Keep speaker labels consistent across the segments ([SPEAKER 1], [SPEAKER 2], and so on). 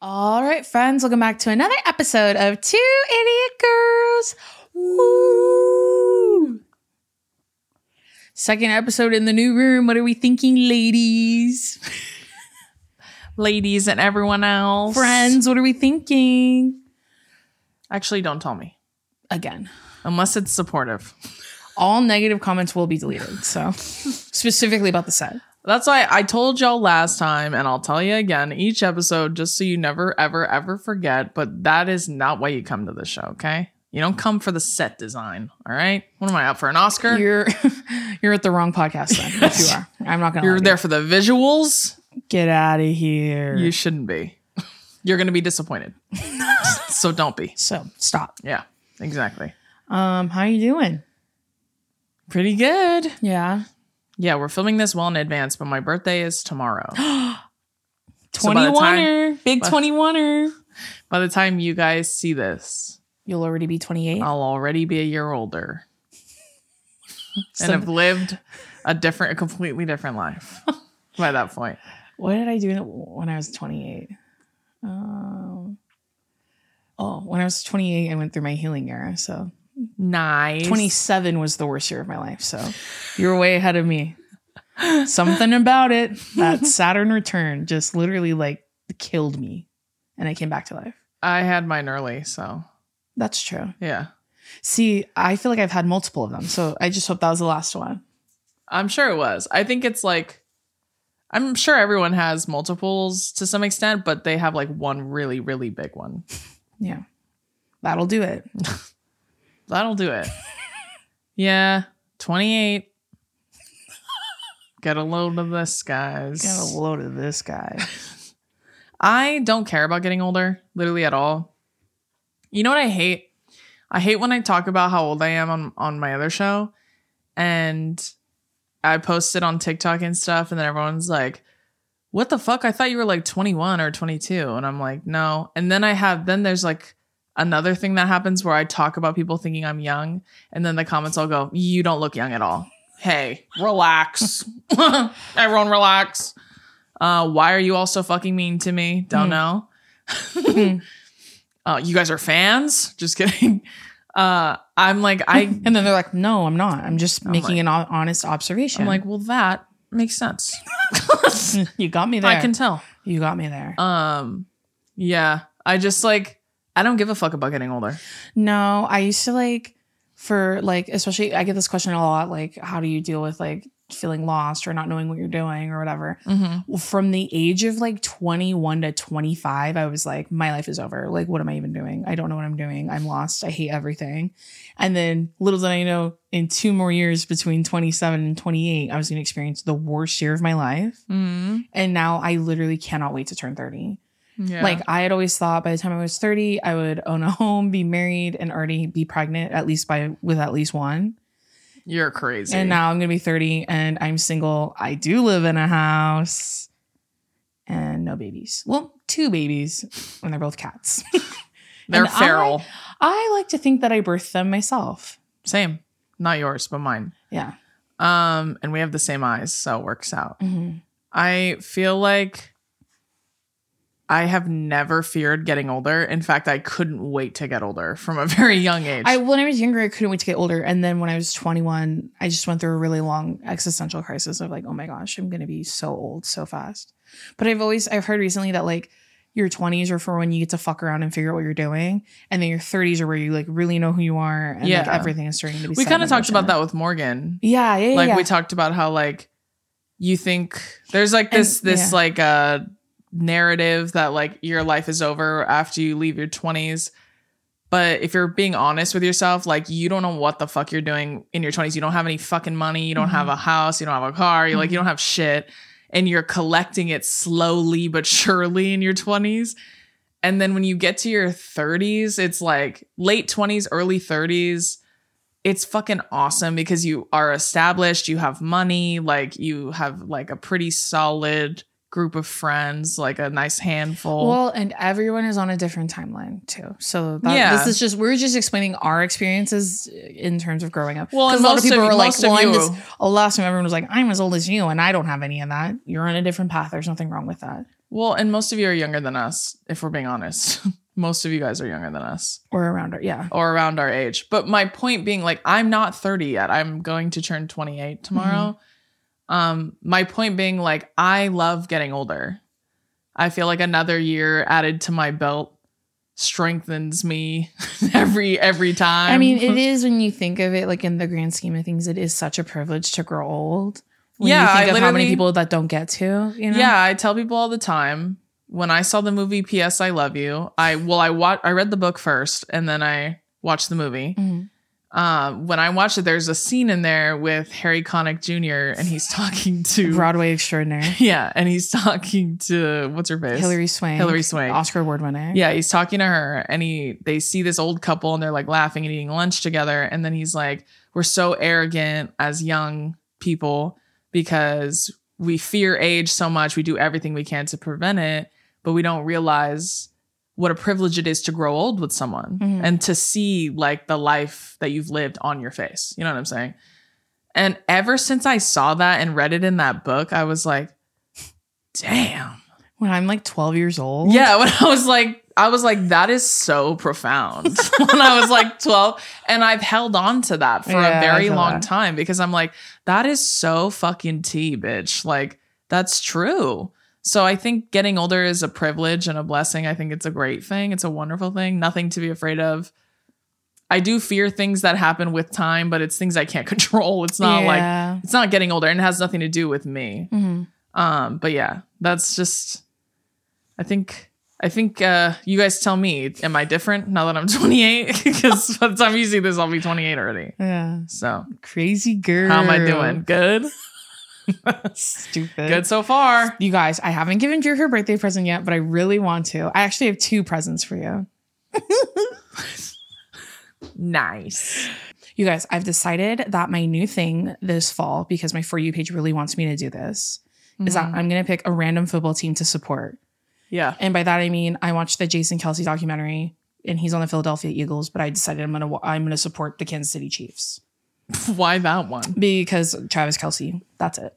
[SPEAKER 1] All right, friends, welcome back to another episode of Two Idiot Girls. Woo! Second episode in the new room. What are we thinking, ladies?
[SPEAKER 2] ladies and everyone else.
[SPEAKER 1] Friends, what are we thinking?
[SPEAKER 2] Actually, don't tell me.
[SPEAKER 1] Again,
[SPEAKER 2] Unless it's supportive.
[SPEAKER 1] all negative comments will be deleted. So, specifically about the set.
[SPEAKER 2] That's why I told y'all last time, and I'll tell you again each episode, just so you never, ever, ever forget. But that is not why you come to the show, okay? You don't come for the set design, all right? What am I out for? An Oscar? You're,
[SPEAKER 1] You're you're at the wrong podcast then. if you are. I'm not gonna. lie to
[SPEAKER 2] there for the visuals?
[SPEAKER 1] you. Get out of here.
[SPEAKER 2] You shouldn't be. You're going to be disappointed. so don't be.
[SPEAKER 1] so stop.
[SPEAKER 2] Yeah, exactly.
[SPEAKER 1] Um, how you doing?
[SPEAKER 2] Pretty good.
[SPEAKER 1] Yeah.
[SPEAKER 2] Yeah, we're filming this well in advance, but my birthday is tomorrow. So by the
[SPEAKER 1] 21er. big 21er.
[SPEAKER 2] By the time you guys see this,
[SPEAKER 1] You'll already be 28.
[SPEAKER 2] I'll already be a year older and
[SPEAKER 1] Some-
[SPEAKER 2] have lived a different, a completely different life by that point.
[SPEAKER 1] what did I do when I was 28? Um, oh, when I was 28, I went through my healing era. So
[SPEAKER 2] Nice.
[SPEAKER 1] 27 was the worst year of my life. So you were way ahead of me. Something about it, that Saturn return just literally like killed me and I came back to life.
[SPEAKER 2] I had mine early, so
[SPEAKER 1] That's true.
[SPEAKER 2] yeah.
[SPEAKER 1] See, I feel like I've had multiple of them. So I just hope that was the last one.
[SPEAKER 2] I'm sure it was. I think it's like, I'm sure everyone has multiples to some extent, but they have like one really, really big one.
[SPEAKER 1] Yeah. That'll do it.
[SPEAKER 2] That'll do it. yeah. 28. Get a load of this, guys.
[SPEAKER 1] Got a load of this guy.
[SPEAKER 2] I don't care about getting older, literally at all. You know what I hate? I hate when I talk about how old I am on, on my other show and I post it on TikTok and stuff, and then everyone's like, What the fuck? I thought you were like 21 or 22. And I'm like, No. And then I have, then there's like another thing that happens where I talk about people thinking I'm young, and then the comments all go, You don't look young at all. Hey, relax. Everyone, relax. Uh, why are you all so fucking mean to me? Don't know. uh, you guys are fans? Just kidding. Uh, I'm like, I
[SPEAKER 1] And then they're like, no, I'm not. I'm just making
[SPEAKER 2] like-
[SPEAKER 1] an ho- honest observation.
[SPEAKER 2] I'm like, well, that makes sense.
[SPEAKER 1] you got me there.
[SPEAKER 2] I can tell.
[SPEAKER 1] you got me there.
[SPEAKER 2] Um, yeah, I just like I don't give a fuck about getting older.
[SPEAKER 1] no, I used to like, for like, especially, I get this question a lot like, how do you deal with like feeling lost or not knowing what you're doing or whatever? Well, From the age of like 21 to 25, I was like, my life is over. Like, what am I even doing? I don't know what I'm doing. I'm lost. I hate everything. And then, little did I know, in two more years between 27 and 28, I was going to experience the worst year of my life.
[SPEAKER 2] Mm,
[SPEAKER 1] and now I literally cannot wait to turn 30.
[SPEAKER 2] yeah,
[SPEAKER 1] Like I had always thought by the time I was 30, I would own a home, be married, and already be pregnant at least by with at least one.
[SPEAKER 2] you're crazy.
[SPEAKER 1] And uh, now I'm gonna be 30 and I'm single. I do live in a house and no babies. Well, two babies and they're both cats.
[SPEAKER 2] they're
[SPEAKER 1] and I-
[SPEAKER 2] feral.
[SPEAKER 1] I like to think that I birthed them myself.
[SPEAKER 2] Same, not yours, but mine.
[SPEAKER 1] Yeah.
[SPEAKER 2] Um, and we have the same eyes, so it works out.
[SPEAKER 1] Mhm.
[SPEAKER 2] I feel like I have never feared getting older. In fact, I couldn't wait to get older from a very young age.
[SPEAKER 1] I when I was younger, I couldn't wait to get older, and then when I was 21, I just went through a really long existential crisis of like, oh my gosh, I'm gonna be so old so fast. But I've always I've heard recently that like your 20s are for when you get to fuck around and figure out what you're doing, and then your 30s are where you like really know who you are, and like
[SPEAKER 2] Yeah.
[SPEAKER 1] everything is starting to be.
[SPEAKER 2] we
[SPEAKER 1] set in
[SPEAKER 2] kind of talked about
[SPEAKER 1] motion.
[SPEAKER 2] that with Morgan
[SPEAKER 1] Yeah, yeah, yeah.
[SPEAKER 2] like
[SPEAKER 1] yeah.
[SPEAKER 2] we talked about how like you think there's like
[SPEAKER 1] And-
[SPEAKER 2] this this
[SPEAKER 1] yeah.
[SPEAKER 2] like uh narrative that like your life is over after you leave your 20s But if you're being honest with yourself, like you don't know what the fuck you're doing in your 20s. You don't have any fucking money. You don't
[SPEAKER 1] Mm-hmm.
[SPEAKER 2] have a house. You don't have a car. You like you don't have shit, and you're collecting it slowly but surely in your 20s. And then when you get to your 30s, it's like late 20s, early 30s. It's fucking awesome because you are established, you have money, like you have like a pretty solid group of friends, like a nice handful.
[SPEAKER 1] Well, and everyone is on a different timeline too. So that,
[SPEAKER 2] Yeah.
[SPEAKER 1] this is just we're just explaining our experiences in terms of growing up.
[SPEAKER 2] Well,
[SPEAKER 1] 'Cause
[SPEAKER 2] and
[SPEAKER 1] a lot
[SPEAKER 2] most
[SPEAKER 1] of people
[SPEAKER 2] of-
[SPEAKER 1] were like,
[SPEAKER 2] most of
[SPEAKER 1] "Well, I'm
[SPEAKER 2] you-
[SPEAKER 1] this." A last time everyone was like, "I'm as old as you, and I don't have any of that. You're on a different path. There's nothing wrong with that."
[SPEAKER 2] Well, and most of you are younger than us, if we're being honest. most of you guys are younger than us
[SPEAKER 1] Or around it, yeah.
[SPEAKER 2] or around our age. But my point being, like, I'm not 30 yet. I'm going to turn 28 tomorrow.
[SPEAKER 1] Mm-hmm.
[SPEAKER 2] Um, my point being, like, I love getting older. I feel like another year added to my belt strengthens me every every time.
[SPEAKER 1] I mean, it is when you think of it, like in the grand scheme of things, it is such a privilege to grow old. When
[SPEAKER 2] Yeah,
[SPEAKER 1] you
[SPEAKER 2] I
[SPEAKER 1] think of how many
[SPEAKER 2] literally-
[SPEAKER 1] people that don't get to, you know?
[SPEAKER 2] Yeah, I tell people all the time. When I saw the movie P.S. I Love You, I well, I wa- I read the book first, and then I watched the movie.
[SPEAKER 1] Mhm.
[SPEAKER 2] Uh, when I watched it, there's a scene in there with Harry Connick Jr. and he's talking to
[SPEAKER 1] Broadway extraordinaire.
[SPEAKER 2] yeah, and he's talking to what's her face
[SPEAKER 1] Hillary Swank.
[SPEAKER 2] Hillary Swank.
[SPEAKER 1] Oscar award winner.
[SPEAKER 2] Yeah, he's talking to her, and he they see this old couple, and they're like laughing and eating lunch together, and then he's like, "We're so arrogant as young people because we fear age so much. We do everything we can to prevent it, but we don't realize." what a privilege it is to grow old with someone
[SPEAKER 1] Mhm.
[SPEAKER 2] and to see like the life that you've lived on your face. You know what I'm saying? And ever since I saw that and read it in that book, I was like, damn.
[SPEAKER 1] When I'm like 12 years old.
[SPEAKER 2] Yeah, when I was like, I was like, that is so profound. when I was like 12, and I've held on to that for
[SPEAKER 1] Yeah, I
[SPEAKER 2] a very
[SPEAKER 1] feel
[SPEAKER 2] long
[SPEAKER 1] that.
[SPEAKER 2] time because I'm like, that is so fucking tea, bitch. Like, that's true. So I think getting older is a privilege and a blessing. I think it's a great thing. It's a wonderful thing. Nothing to be afraid of. I do fear things that happen with time, but it's things I can't control. It's not like it's not getting older and it has nothing to do with me.
[SPEAKER 1] Mhm.
[SPEAKER 2] Um, but yeah, that's just I think I think uh you guys tell me, am I different now that I'm 28? Because by the time you see this, I'll be 28 already.
[SPEAKER 1] Yeah.
[SPEAKER 2] So
[SPEAKER 1] Crazy girl.
[SPEAKER 2] how am I doing? Good?
[SPEAKER 1] Stupid.
[SPEAKER 2] Good so far.
[SPEAKER 1] You guys, I haven't given Drew her birthday present yet, but I really want to. I actually have two presents for you.
[SPEAKER 2] Nice.
[SPEAKER 1] You guys, I've decided that my new thing this fall, because my For You page really wants me to do this, is that I'm going to pick a random football team to support.
[SPEAKER 2] Yeah.
[SPEAKER 1] And by that, I mean, I watched the Jason Kelsey documentary and he's on the Philadelphia Eagles, but I decided I'm going to, I'm going to support the Kansas City Chiefs
[SPEAKER 2] Why that one?
[SPEAKER 1] because Travis Kelsey, that's it.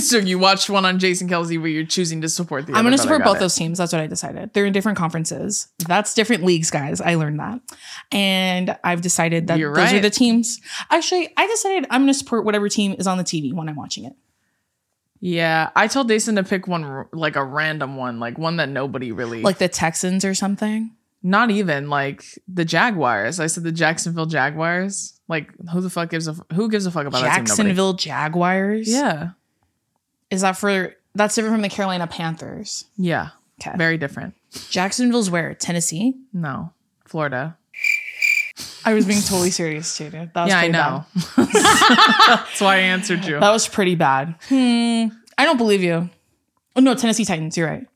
[SPEAKER 2] so you watched one on Jason Kelsey where you're choosing to support the
[SPEAKER 1] I'm
[SPEAKER 2] other
[SPEAKER 1] going to
[SPEAKER 2] brother.
[SPEAKER 1] support
[SPEAKER 2] Got
[SPEAKER 1] both
[SPEAKER 2] it.
[SPEAKER 1] those teams. That's what I decided. They're in different conferences. That's different leagues, guys. I learned that. And I've decided that
[SPEAKER 2] You're
[SPEAKER 1] those are
[SPEAKER 2] right.
[SPEAKER 1] the teams. Actually, I decided I'm going to support whatever team is on the TV when I'm watching it.
[SPEAKER 2] Yeah. I told Jason to pick one r- like a random one, like one that nobody really
[SPEAKER 1] Like the Texans or something.
[SPEAKER 2] not even like the Jaguars. I said the Jacksonville Jaguars. Like who the fuck gives a f- who gives a fuck about that team? Nobody.
[SPEAKER 1] Jacksonville Jaguars.
[SPEAKER 2] Yeah,
[SPEAKER 1] Is that for, that's different from the Carolina Panthers.
[SPEAKER 2] yeah,
[SPEAKER 1] Okay.
[SPEAKER 2] very different.
[SPEAKER 1] Jacksonville's where? Tennessee?
[SPEAKER 2] No, Florida.
[SPEAKER 1] I was being totally serious too, dude. That was
[SPEAKER 2] yeah, I
[SPEAKER 1] pretty
[SPEAKER 2] know.
[SPEAKER 1] Bad.
[SPEAKER 2] That's why I answered you.
[SPEAKER 1] That was pretty bad. Hmm. I don't believe you. Oh no, Tennessee Titans. You're right.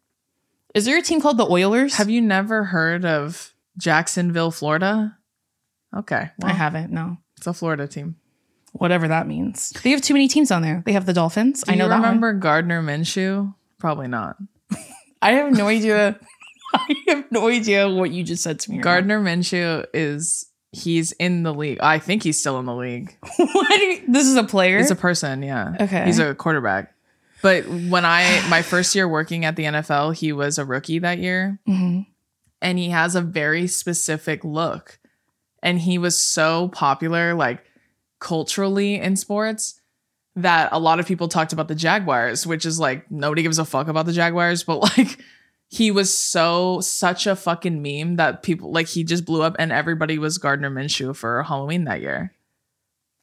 [SPEAKER 1] Is there a team called the Oilers?
[SPEAKER 2] Have you never heard of Jacksonville, Florida? Okay, well,
[SPEAKER 1] I haven't. No.
[SPEAKER 2] it's a Florida team.
[SPEAKER 1] Whatever that means. They have too many teams on there. They have the Dolphins.
[SPEAKER 2] Do
[SPEAKER 1] I know
[SPEAKER 2] you
[SPEAKER 1] that. one.
[SPEAKER 2] remember Gardner Minshew? Probably not.
[SPEAKER 1] I have no idea. I have no idea what you just said to me. right
[SPEAKER 2] Gardner Minshew is he's in the league. I think he's still in the league.
[SPEAKER 1] now. What do you- this is a player.
[SPEAKER 2] It's a person, yeah.
[SPEAKER 1] Okay.
[SPEAKER 2] He's a quarterback. But when I my first year working at the NFL, he was a rookie that year
[SPEAKER 1] Mhm.
[SPEAKER 2] and he has a very specific look. And he was so popular like culturally in sports that a lot of people talked about the Jaguars, which is like nobody gives a fuck about the Jaguars, but like he was so such a fucking meme that people like he just blew up and everybody was Gardner Minshew for Halloween that year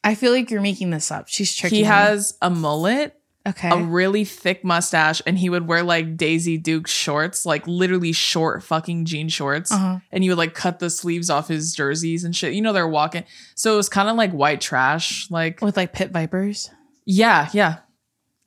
[SPEAKER 1] I feel like you're making this up. She's tricky.
[SPEAKER 2] he has a mullet
[SPEAKER 1] Okay.
[SPEAKER 2] a really thick mustache, and he would wear like Daisy Duke shorts, like literally short fucking jean shorts.
[SPEAKER 1] Uh-huh.
[SPEAKER 2] And he would like cut the sleeves off his jerseys and shit. You know, they're walking. So it was kind of like white trash. Like,
[SPEAKER 1] With like pit vipers.
[SPEAKER 2] yeah, yeah.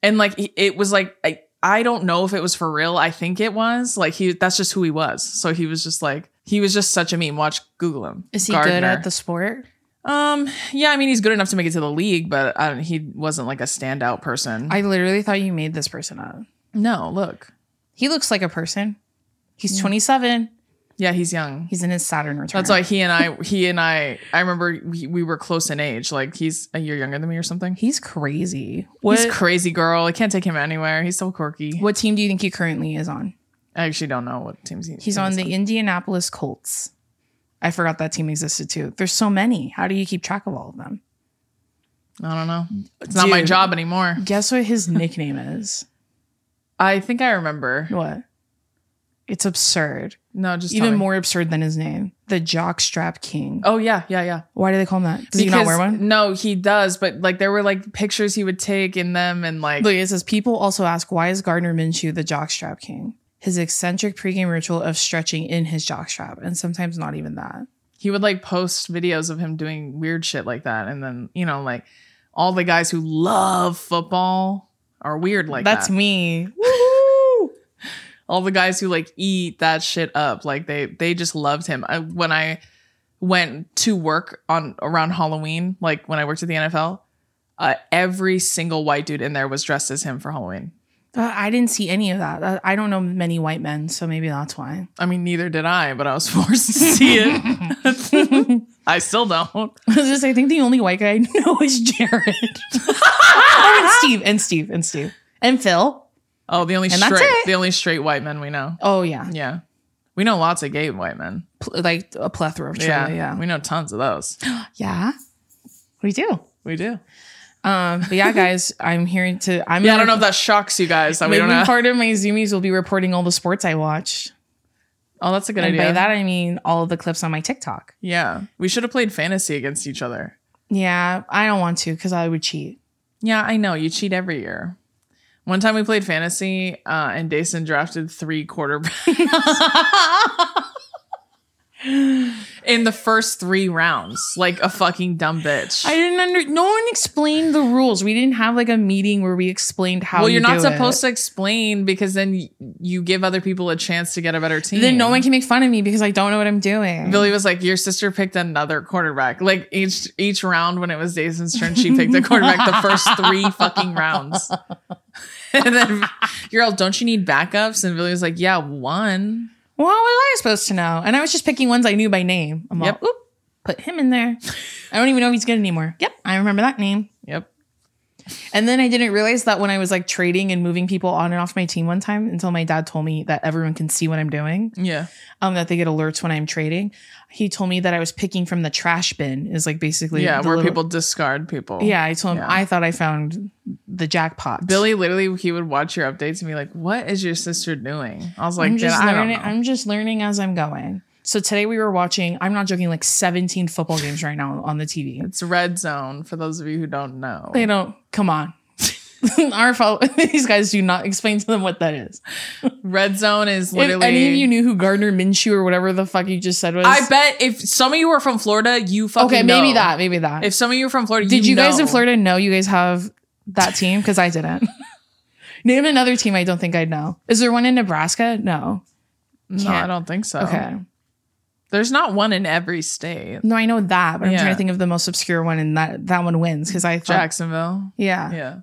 [SPEAKER 2] And like, he- it was like, I, I don't know if it was for real. I think it was. Like, he, that's just who he was. So he was just like, he was just such a meme. Watch, Google him.
[SPEAKER 1] Is he good
[SPEAKER 2] Gardner.
[SPEAKER 1] at the sport?
[SPEAKER 2] Um, yeah, I mean, he's good enough to make it to the league, but I don't, he wasn't like a standout person.
[SPEAKER 1] I literally thought you made this person up.
[SPEAKER 2] no, look.
[SPEAKER 1] He looks like a person. He's 27.
[SPEAKER 2] Yeah, he's young.
[SPEAKER 1] He's in his Saturn return.
[SPEAKER 2] That's why he and I, he and I, I remember we, we were close in age. Like he's a year younger than me or something.
[SPEAKER 1] he's crazy. What
[SPEAKER 2] He's crazy girl. I can't take him anywhere. He's so quirky.
[SPEAKER 1] what team do you think he currently is on?
[SPEAKER 2] I actually don't know what teams he,
[SPEAKER 1] He's on the Indianapolis Colts. I forgot that team existed too. There's so many. How do you keep track of all of them?
[SPEAKER 2] I don't know. It's not my
[SPEAKER 1] Dude.
[SPEAKER 2] job anymore.
[SPEAKER 1] Guess what his nickname is?
[SPEAKER 2] I think I remember.
[SPEAKER 1] What? It's absurd.
[SPEAKER 2] No, just tell
[SPEAKER 1] Even
[SPEAKER 2] me.
[SPEAKER 1] more absurd than his name. The Jockstrap King.
[SPEAKER 2] Oh yeah, yeah, yeah.
[SPEAKER 1] Why do they call him that? Does he not
[SPEAKER 2] Because-
[SPEAKER 1] wear one?
[SPEAKER 2] No, he does. But like there were like pictures he would take in them, and like
[SPEAKER 1] Look, it says people also ask why is Gardner Minshew the Jockstrap King? His eccentric pregame ritual of stretching in his jockstrap, and sometimes not even that.
[SPEAKER 2] he would like post videos of him doing weird shit like that, and then you know like all the guys who love football are weird like
[SPEAKER 1] That's
[SPEAKER 2] that.
[SPEAKER 1] me.
[SPEAKER 2] all the guys who like eat that shit up like they they just loved him I, when i went to work on around halloween like when i worked at the nfl uh, every single white dude in there was dressed as him for halloween
[SPEAKER 1] Uh, I didn't see any of that. Uh, I don't know many white men, so maybe that's why.
[SPEAKER 2] i mean neither did i but i was forced to see it i still don't
[SPEAKER 1] I was just, I think the only white guy I know is Jared. oh, and Steve, and Steve, and Steve, and Phil.
[SPEAKER 2] oh the only
[SPEAKER 1] And that's
[SPEAKER 2] straight
[SPEAKER 1] it.
[SPEAKER 2] the only straight white men we know
[SPEAKER 1] Oh yeah,
[SPEAKER 2] yeah we know lots of gay white men
[SPEAKER 1] Pl- like a plethora of
[SPEAKER 2] yeah
[SPEAKER 1] children. Yeah,
[SPEAKER 2] we know tons of those
[SPEAKER 1] yeah, we do.
[SPEAKER 2] we do
[SPEAKER 1] Um, but yeah, guys, I'm here to. I'm.
[SPEAKER 2] yeah i don't know if that shocks you guys that we
[SPEAKER 1] Maybe
[SPEAKER 2] don't have
[SPEAKER 1] part of my zoomies will be reporting all the sports I watch,
[SPEAKER 2] oh that's a good
[SPEAKER 1] and
[SPEAKER 2] idea
[SPEAKER 1] by that I mean all of the clips on my TikTok.
[SPEAKER 2] Yeah. We should have played fantasy against each other.
[SPEAKER 1] Yeah, I don't want to because I would cheat.
[SPEAKER 2] Yeah, I know. You cheat every year. One time we played fantasy uh, and Dason drafted three quarterbacks in the first three rounds, like a fucking dumb bitch.
[SPEAKER 1] I didn't under. No one explained the rules. We didn't have like a meeting where we explained how.
[SPEAKER 2] well, you're not supposed
[SPEAKER 1] to.
[SPEAKER 2] to explain because then y- you give other people a chance to get a better team.
[SPEAKER 1] Then no one can make fun of me because I don't know what I'm doing.
[SPEAKER 2] Billy was like, "Your sister picked another quarterback. Like each each round when it was Jason's turn, she picked a quarterback the first three fucking rounds." and then you're all, "Don't you need backups?" And Billy was like, "Yeah, one."
[SPEAKER 1] Well, how was I supposed to know? And I was just picking ones I knew by name. I'm
[SPEAKER 2] Yep.
[SPEAKER 1] all, oop, put him in there. I don't even know if he's good anymore. Yep, I remember that name.
[SPEAKER 2] Yep.
[SPEAKER 1] And then I didn't realize that when I was like trading and moving people on and off my team one time until my dad told me that everyone can see what I'm doing,
[SPEAKER 2] Yeah.
[SPEAKER 1] um, that they get alerts when I'm trading. He told me that I was picking from the trash bin, is like basically.
[SPEAKER 2] Yeah,
[SPEAKER 1] the
[SPEAKER 2] where
[SPEAKER 1] little-
[SPEAKER 2] people discard people.
[SPEAKER 1] Yeah, I told him
[SPEAKER 2] Yeah.
[SPEAKER 1] I thought I found the jackpot.
[SPEAKER 2] Billy literally he would watch your updates and be like, "What is your sister doing?" I was like,
[SPEAKER 1] I'm just
[SPEAKER 2] "Yeah, I don't
[SPEAKER 1] learning.
[SPEAKER 2] know."
[SPEAKER 1] I'm just learning as I'm going. So today we were watching. I'm not joking. Like 17 football games right now on the TV.
[SPEAKER 2] it's red zone for those of you who don't know.
[SPEAKER 1] They don't. Come on. Our fault. These guys do not explain to them what that is.
[SPEAKER 2] Red zone is
[SPEAKER 1] If
[SPEAKER 2] literally
[SPEAKER 1] any of you knew who Gardner Minshew or whatever the fuck you just said was,
[SPEAKER 2] I bet if some of you are from Florida, you fucking
[SPEAKER 1] Okay, maybe
[SPEAKER 2] know.
[SPEAKER 1] that. Maybe that.
[SPEAKER 2] If some of you are from Florida,
[SPEAKER 1] Did you, guys in
[SPEAKER 2] know.
[SPEAKER 1] Florida know you guys have that team? Because I didn't. Name another team. I don't think I'd know. Is there one in Nebraska? No.
[SPEAKER 2] No,
[SPEAKER 1] Can't.
[SPEAKER 2] I don't think so.
[SPEAKER 1] Okay. Oh.
[SPEAKER 2] There's not one in every state.
[SPEAKER 1] No, I know that, but I'm
[SPEAKER 2] Yeah.
[SPEAKER 1] trying to think of the most obscure one, and that that one wins because I thought,
[SPEAKER 2] Jacksonville.
[SPEAKER 1] yeah.
[SPEAKER 2] Yeah.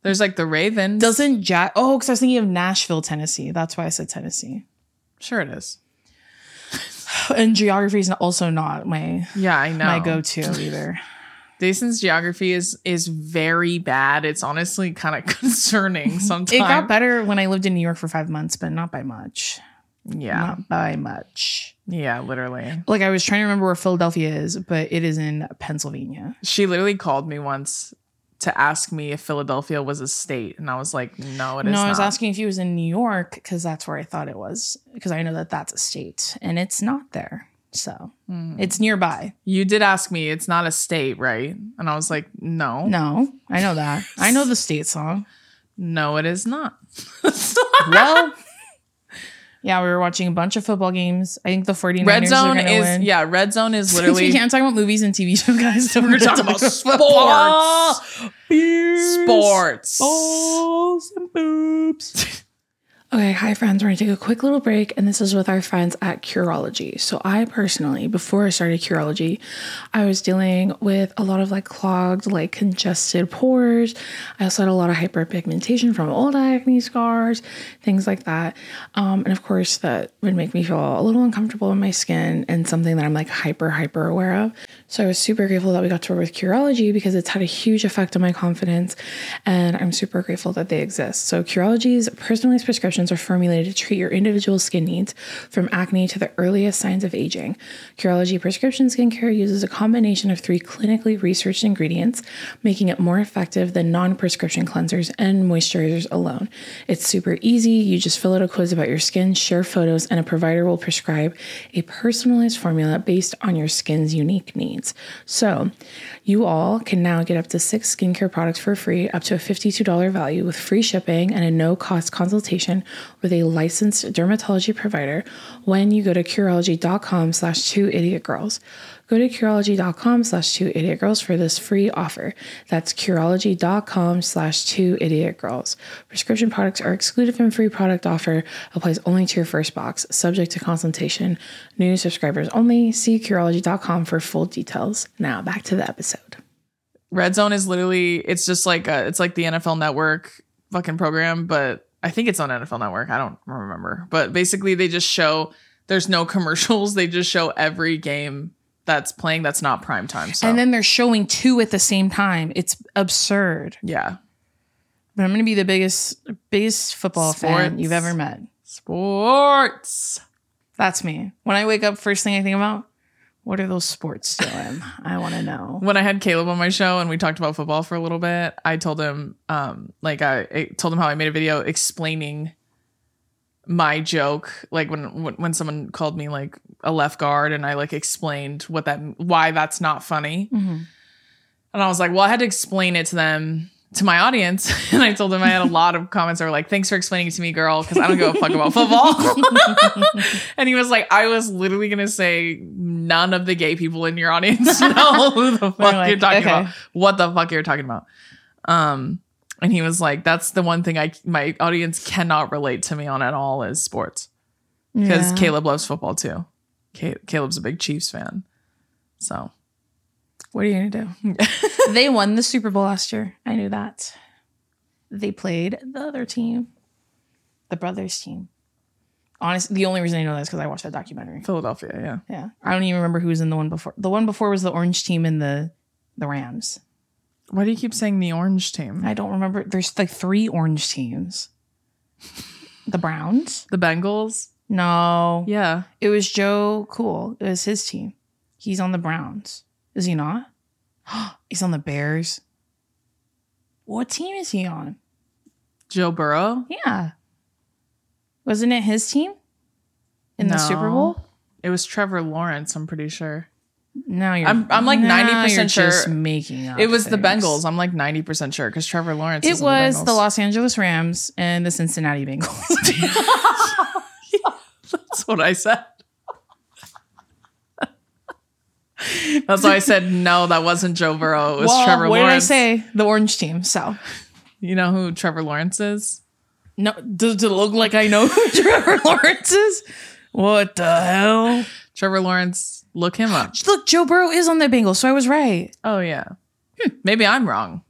[SPEAKER 2] There's like the Ravens.
[SPEAKER 1] Doesn't Jack? Oh, because I was thinking of Nashville, Tennessee. That's why I said Tennessee.
[SPEAKER 2] Sure it is.
[SPEAKER 1] And geography is also not my
[SPEAKER 2] Yeah, I know.
[SPEAKER 1] my go to either.
[SPEAKER 2] Jason's geography is is very bad. It's honestly kind of concerning sometimes.
[SPEAKER 1] It got better when I lived in New York for five months, but not by much.
[SPEAKER 2] Yeah.
[SPEAKER 1] Not by much.
[SPEAKER 2] Yeah, literally.
[SPEAKER 1] Like I was trying to remember where Philadelphia is, but it is in Pennsylvania.
[SPEAKER 2] She literally called me once to ask me if Philadelphia was a state. And I was like, no, it is
[SPEAKER 1] no, I was
[SPEAKER 2] not.
[SPEAKER 1] asking if he was in New York because that's where I thought it was because I know that that's a state and it's not there.
[SPEAKER 3] So
[SPEAKER 2] Mm.
[SPEAKER 3] it's nearby.
[SPEAKER 2] You did ask me, it's not a state, right? And I was like, no, no,
[SPEAKER 3] No, I know that. I know the state song.
[SPEAKER 2] it is not.
[SPEAKER 3] Well, yeah, we were watching a bunch of football games. I think the 49ers
[SPEAKER 2] red zone
[SPEAKER 3] are gonna
[SPEAKER 2] is,
[SPEAKER 3] win.
[SPEAKER 2] yeah, red zone is literally
[SPEAKER 3] we can't talk about movies and TV show guys. so
[SPEAKER 2] We're talking
[SPEAKER 3] gonna
[SPEAKER 2] about
[SPEAKER 3] talk
[SPEAKER 2] sports.
[SPEAKER 3] football. Beers.
[SPEAKER 2] sports.
[SPEAKER 3] Balls and boobs.
[SPEAKER 1] Okay, hi friends. We're gonna take a quick little break, and this is with our friends at Curology. So, I personally, before I started Curology, I was dealing with a lot of like clogged, like congested pores. I also had a lot of hyperpigmentation from old acne scars, things like that. Um, and of course, that would make me feel a little uncomfortable in my skin and something that I'm like hyper, hyper aware of. So, I was super grateful that we got to work with Curology because it's had a huge effect on my confidence, and I'm super grateful that they exist. So, Curology's personalized prescriptions are formulated to treat your individual skin needs from acne to the earliest signs of aging. Curology prescription skincare uses a combination of three clinically researched ingredients, making it more effective than non prescription cleansers and moisturizers alone. It's super easy. You just fill out a quiz about your skin, share photos, and a provider will prescribe a personalized formula based on your skin's unique needs. So, you all can now get up to six skincare products for free, up to a $52 value with free shipping and a no cost consultation with a licensed dermatology provider when you go to Curology.com slash two idiot girls. Go to Curology.com slash two idiot girls for this free offer. That's Curology.com slash two idiot girls. Prescription products are excluded from free product offer, applies only to your first box, subject to consultation. New subscribers only. See Curology.com for full details. Now back to the episode.
[SPEAKER 2] Red Zone is literally it's just like a, it's like the NFL Network fucking program, but I think it's on NFL Network. I don't remember, but basically they just show there's no commercials. They just show every game that's playing that's not prime time. So
[SPEAKER 3] And then they're showing two at the same time. It's absurd.
[SPEAKER 2] yeah,
[SPEAKER 3] But I'm gonna be the biggest biggest football fan
[SPEAKER 2] Sports.
[SPEAKER 3] you've ever met.
[SPEAKER 2] sports.
[SPEAKER 3] That's me. When I wake up, first thing I think about, what are those sports doing? I want to know.
[SPEAKER 2] When I had Caleb on my show and we talked about football for a little bit, I told him um like I, I told him how I made a video explaining my joke like when, when when someone called me like a left guard and I like explained what that why that's not funny. And I was like, well, I had to explain it to them, to my audience. And I told them I had a lot of comments that were like, thanks for explaining it to me, girl, because I don't give a fuck about football. and he was like, I was literally going to say, none of the gay people in your audience know who the fuck
[SPEAKER 3] like,
[SPEAKER 2] you're talking
[SPEAKER 3] okay.
[SPEAKER 2] about, what the fuck you're talking about. Um, and he was like, that's the one thing I my audience cannot relate to me on at all is sports. Because
[SPEAKER 3] Yeah.
[SPEAKER 2] Caleb loves football too. Ca- Caleb's a big Chiefs fan. So
[SPEAKER 3] What are you gonna do? they won the Super Bowl last year. I knew that. They played the other team, the brothers team. Honest, the only reason I know that is because I watched that documentary.
[SPEAKER 2] Philadelphia, yeah.
[SPEAKER 3] Yeah, I don't even remember who was in the one before. The one before was the orange team and the the Rams.
[SPEAKER 2] Why do you keep saying the orange team?
[SPEAKER 3] I don't remember. There's like three orange teams. The Browns?
[SPEAKER 2] The Bengals?
[SPEAKER 3] No.
[SPEAKER 2] Yeah.
[SPEAKER 3] It was Joe Cool. It was his team. He's on the Browns. Is he not? He's on the Bears. What team is he on?
[SPEAKER 2] Joe Burrow?
[SPEAKER 3] Yeah. Wasn't it his team in the
[SPEAKER 2] No.
[SPEAKER 3] Super Bowl?
[SPEAKER 2] It was Trevor Lawrence, I'm pretty sure.
[SPEAKER 3] No, you're.
[SPEAKER 2] I'm- I'm, like,
[SPEAKER 3] now
[SPEAKER 2] 90%
[SPEAKER 3] you're Just
[SPEAKER 2] sure
[SPEAKER 3] making up
[SPEAKER 2] it was the
[SPEAKER 3] things.
[SPEAKER 2] Bengals. I'm like 90% sure because Trevor Lawrence
[SPEAKER 3] It
[SPEAKER 2] is in
[SPEAKER 3] was the
[SPEAKER 2] Bengals.
[SPEAKER 3] Los Angeles Rams and the Cincinnati Bengals.
[SPEAKER 2] That's what I said. That's why I said no, that wasn't Joe Burrow. It was
[SPEAKER 3] well,
[SPEAKER 2] Trevor
[SPEAKER 3] what
[SPEAKER 2] Lawrence.
[SPEAKER 3] did I say? The orange team. So
[SPEAKER 2] You know who Trevor Lawrence is?
[SPEAKER 3] no, does it look like I know who Trevor Lawrence is? What the hell?
[SPEAKER 2] Trevor Lawrence, look him up.
[SPEAKER 3] Look, Joe Burrow is on the Bengals, so I was right.
[SPEAKER 2] Oh yeah. Hmm, Maybe I'm wrong.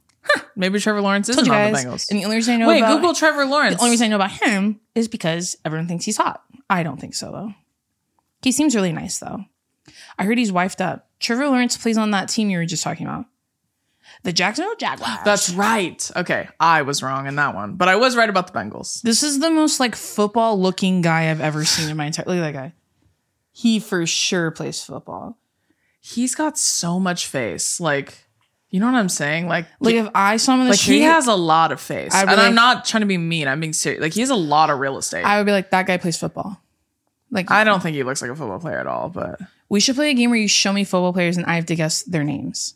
[SPEAKER 2] Maybe Trevor Lawrence
[SPEAKER 3] Told
[SPEAKER 2] isn't
[SPEAKER 3] you
[SPEAKER 2] on
[SPEAKER 3] guys.
[SPEAKER 2] the Bengals.
[SPEAKER 3] And the only reason I know
[SPEAKER 2] Wait,
[SPEAKER 3] about
[SPEAKER 2] Google Trevor Lawrence.
[SPEAKER 3] the only reason I know about him is because everyone thinks he's hot. I don't think so though. He seems really nice though. I heard he's wifed up. Trevor Lawrence plays on that team you were just talking about, the Jacksonville Jaguars.
[SPEAKER 2] That's right. Okay, I was wrong in that one, but I was right about the Bengals.
[SPEAKER 3] this is the most like football looking guy I've ever seen in my entire. Look at that guy. He for sure plays football.
[SPEAKER 2] He's got so much face. Like, you know what I'm saying? Like,
[SPEAKER 3] Like if I saw him in the
[SPEAKER 2] like
[SPEAKER 3] street,
[SPEAKER 2] he has a lot of face.
[SPEAKER 3] I'd
[SPEAKER 2] And
[SPEAKER 3] be like-
[SPEAKER 2] I'm not trying to be mean. I'm being serious. Like, he has a lot of real estate. I,
[SPEAKER 3] I would be like, that guy plays football. Like
[SPEAKER 2] don't think he looks like a football player at all, but
[SPEAKER 3] We should play a game where you show me football players and I have to guess their names.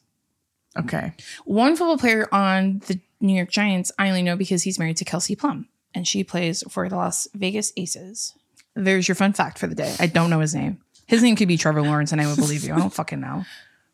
[SPEAKER 2] Okay.
[SPEAKER 3] One football player on the New York Giants I only know because he's married to Kelsey Plum and she plays for the Las Vegas Aces. There's your fun fact for the day. I don't know his name. His name could be Trevor Lawrence and I would believe you. I don't fucking know.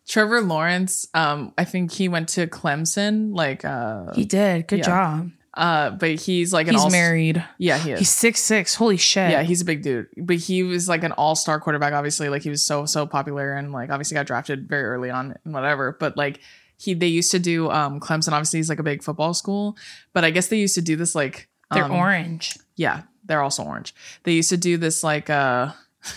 [SPEAKER 2] Trevor Lawrence, um, I think he went to Clemson, like uh
[SPEAKER 3] He did. Good
[SPEAKER 2] Yeah.
[SPEAKER 3] job.
[SPEAKER 2] uh, but he's like an
[SPEAKER 3] He's
[SPEAKER 2] all
[SPEAKER 3] married.
[SPEAKER 2] Yeah, he is.
[SPEAKER 3] He's six six. Holy shit.
[SPEAKER 2] yeah, he's a big dude. But he was like an all-star quarterback, obviously. Like he was so so popular and like obviously got drafted very early on and whatever. But like he they used to do um Clemson, obviously he's like a big football school. But I guess they used to do this like
[SPEAKER 3] They're
[SPEAKER 2] um,
[SPEAKER 3] orange.
[SPEAKER 2] Yeah, they're also orange. They used to do this like uh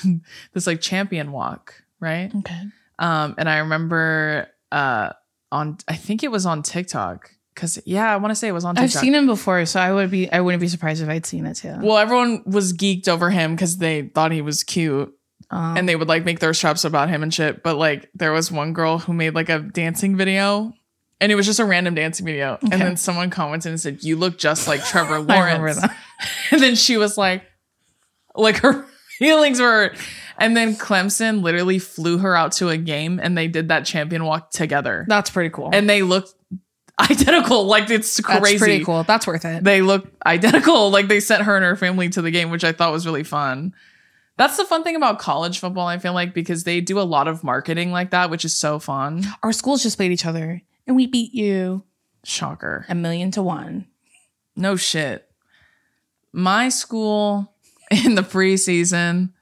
[SPEAKER 2] this like champion walk, right?
[SPEAKER 3] Okay.
[SPEAKER 2] Um, and I remember uh on I think it was on TikTok because yeah, I want to say it was on TikTok.
[SPEAKER 3] I've seen him before, so I would be I wouldn't be surprised if I'd seen it too.
[SPEAKER 2] Well, everyone was geeked over him because they thought he was cute,
[SPEAKER 3] Um,
[SPEAKER 2] and they would like make thirst traps about him and shit. But like, there was one girl who made like a dancing video, and it was just a random dancing video.
[SPEAKER 3] Okay.
[SPEAKER 2] And then someone commented and said, "You look just like Trevor
[SPEAKER 3] I remember
[SPEAKER 2] Lawrence."
[SPEAKER 3] that.
[SPEAKER 2] and then she was like, like her feelings were hurt. And then Clemson literally flew her out to a game, and they did that champion walk together,
[SPEAKER 3] That's pretty cool.
[SPEAKER 2] and they looked identical. Like it's crazy.
[SPEAKER 3] That's pretty cool. That's worth it.
[SPEAKER 2] they look identical. Like they sent her and her family to the game, which I thought was really fun. That's the fun thing about college football, I feel like, because they do a lot of marketing like that, which is so fun.
[SPEAKER 3] Our schools just played each other, and we beat you
[SPEAKER 2] Shocker.
[SPEAKER 3] a million to one.
[SPEAKER 2] No shit. My school in the preseason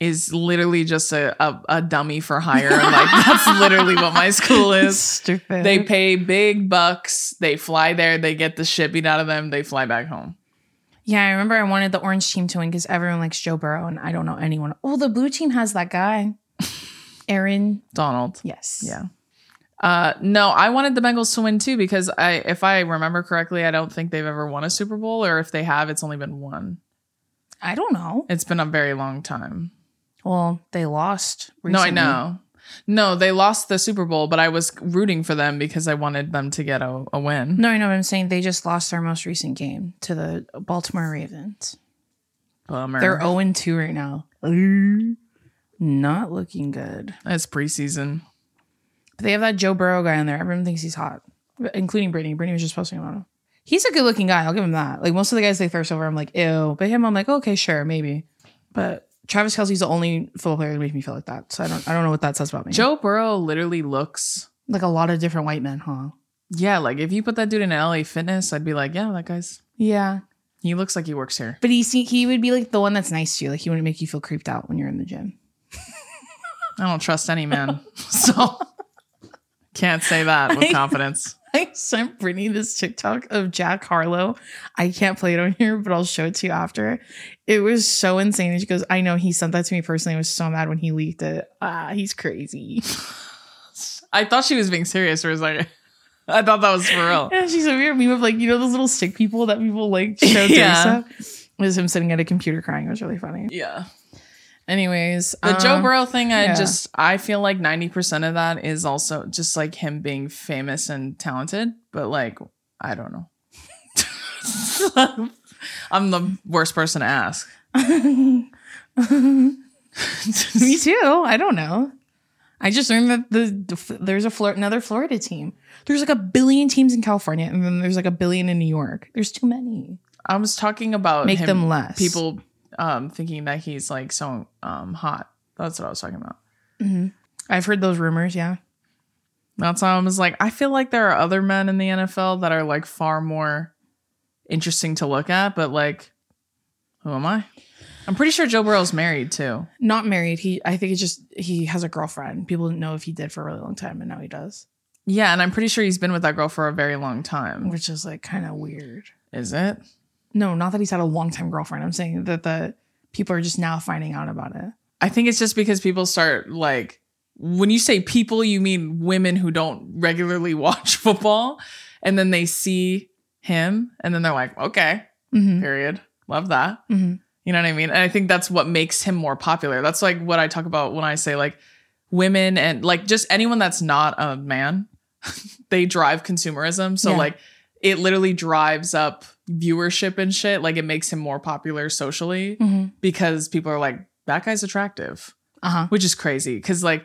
[SPEAKER 2] is literally just a, a, a dummy for hire. Like, that's literally what my school is.
[SPEAKER 3] Stupid.
[SPEAKER 2] They pay big bucks. They fly there. They get the shit beat out of them. They fly back home.
[SPEAKER 3] yeah, I remember I wanted the orange team to win because everyone likes Joe Burrow, and I don't know anyone. Oh, the blue team has that guy, Aaron.
[SPEAKER 2] Donald.
[SPEAKER 3] Yes.
[SPEAKER 2] Yeah. Uh, no, I wanted the Bengals to win too because I, if I remember correctly, I don't think they've ever won a Super Bowl, or if they have, it's only been one.
[SPEAKER 3] I don't know.
[SPEAKER 2] It's been a very long time.
[SPEAKER 3] Well, they lost. recently.
[SPEAKER 2] No, I know. No, they lost the Super Bowl, but I was rooting for them because I wanted them to get a, a win.
[SPEAKER 3] No, I know. What I'm saying they just lost their most recent game to the Baltimore Ravens.
[SPEAKER 2] Bummer.
[SPEAKER 3] They're 0 2 right now. Not looking good.
[SPEAKER 2] it's preseason.
[SPEAKER 3] But they have that Joe Burrow guy in there. Everyone thinks he's hot, including Brittany. Brittany was just posting about him. He's a good looking guy. I'll give him that. Like most of the guys they thirst over, I'm like, ew. But him, I'm like, okay, sure, maybe. But Travis Kelsey's the only football player to make me feel like that. So I don't I don't know what that says about me.
[SPEAKER 2] Joe Burrow literally looks.
[SPEAKER 3] like a lot of different white men, huh?
[SPEAKER 2] Yeah, like if you put that dude in LA Fitness, I'd be like, yeah, that guy's.
[SPEAKER 3] Yeah.
[SPEAKER 2] He looks like he works here.
[SPEAKER 3] But he see, he would be like the one that's nice to you. Like he wouldn't make you feel creeped out when you're in the gym.
[SPEAKER 2] I don't trust any man, so can't say that with confidence.
[SPEAKER 3] I sent Brittany this TikTok of Jack Harlow. I can't play it on here, but I'll show it to you after. It was so insane. And she goes, I know he sent that to me personally. I was so mad when he leaked it. Ah, he's crazy.
[SPEAKER 2] I thought she was being serious. Or was like, I thought that was for real.
[SPEAKER 3] Yeah, she's a weird meme of like, you know, those little stick people that people like show yeah.
[SPEAKER 2] Yeah.
[SPEAKER 3] stuff. It was him sitting at a computer crying. It was really funny.
[SPEAKER 2] Yeah,
[SPEAKER 3] Anyways,
[SPEAKER 2] the Joe
[SPEAKER 3] um,
[SPEAKER 2] Burrow thing. I
[SPEAKER 3] yeah.
[SPEAKER 2] just I feel like ninety percent of that is also just like him being famous and talented, but like I don't know. I'm the worst person to ask.
[SPEAKER 3] um, Me too. I don't know. I just learned that the there's a Flor- another Florida team. There's like a billion teams in California, and then there's like a billion in New York. There's too many.
[SPEAKER 2] I was talking about
[SPEAKER 3] Make
[SPEAKER 2] him-
[SPEAKER 3] them less.
[SPEAKER 2] people um, thinking that he's like so um, hot. That's what I was talking about.
[SPEAKER 3] I've heard those rumors. Yeah.
[SPEAKER 2] That's why I was like, I feel like there are other men in the NFL that are like far more interesting to look at, but like, who am I? I'm pretty sure Joe Burrow's married too.
[SPEAKER 3] not married. He, I think it's just he has a girlfriend. People didn't know if he did for a really long time, and now he does,
[SPEAKER 2] Yeah, and I'm pretty sure he's been with that girl for a very long time.
[SPEAKER 3] which is like kind of weird.
[SPEAKER 2] Is it?
[SPEAKER 3] No, not that he's had a long time girlfriend. I'm saying that the people are just now finding out about it.
[SPEAKER 2] I think it's just because people start like when you say people, you mean women who don't regularly watch football, and then they see him, and then they're like, okay,
[SPEAKER 3] Mm-hmm.
[SPEAKER 2] period. Love that.
[SPEAKER 3] Mhm.
[SPEAKER 2] You know what I mean? And I think that's what makes him more popular. That's like what I talk about when I say like women and like just anyone that's not a man, they drive consumerism. So
[SPEAKER 3] Yeah.
[SPEAKER 2] like it literally drives up viewership and shit. Like it makes him more popular socially
[SPEAKER 3] Mm-hmm.
[SPEAKER 2] because people are like, that guy's attractive.
[SPEAKER 3] Uh-huh.
[SPEAKER 2] which is crazy because like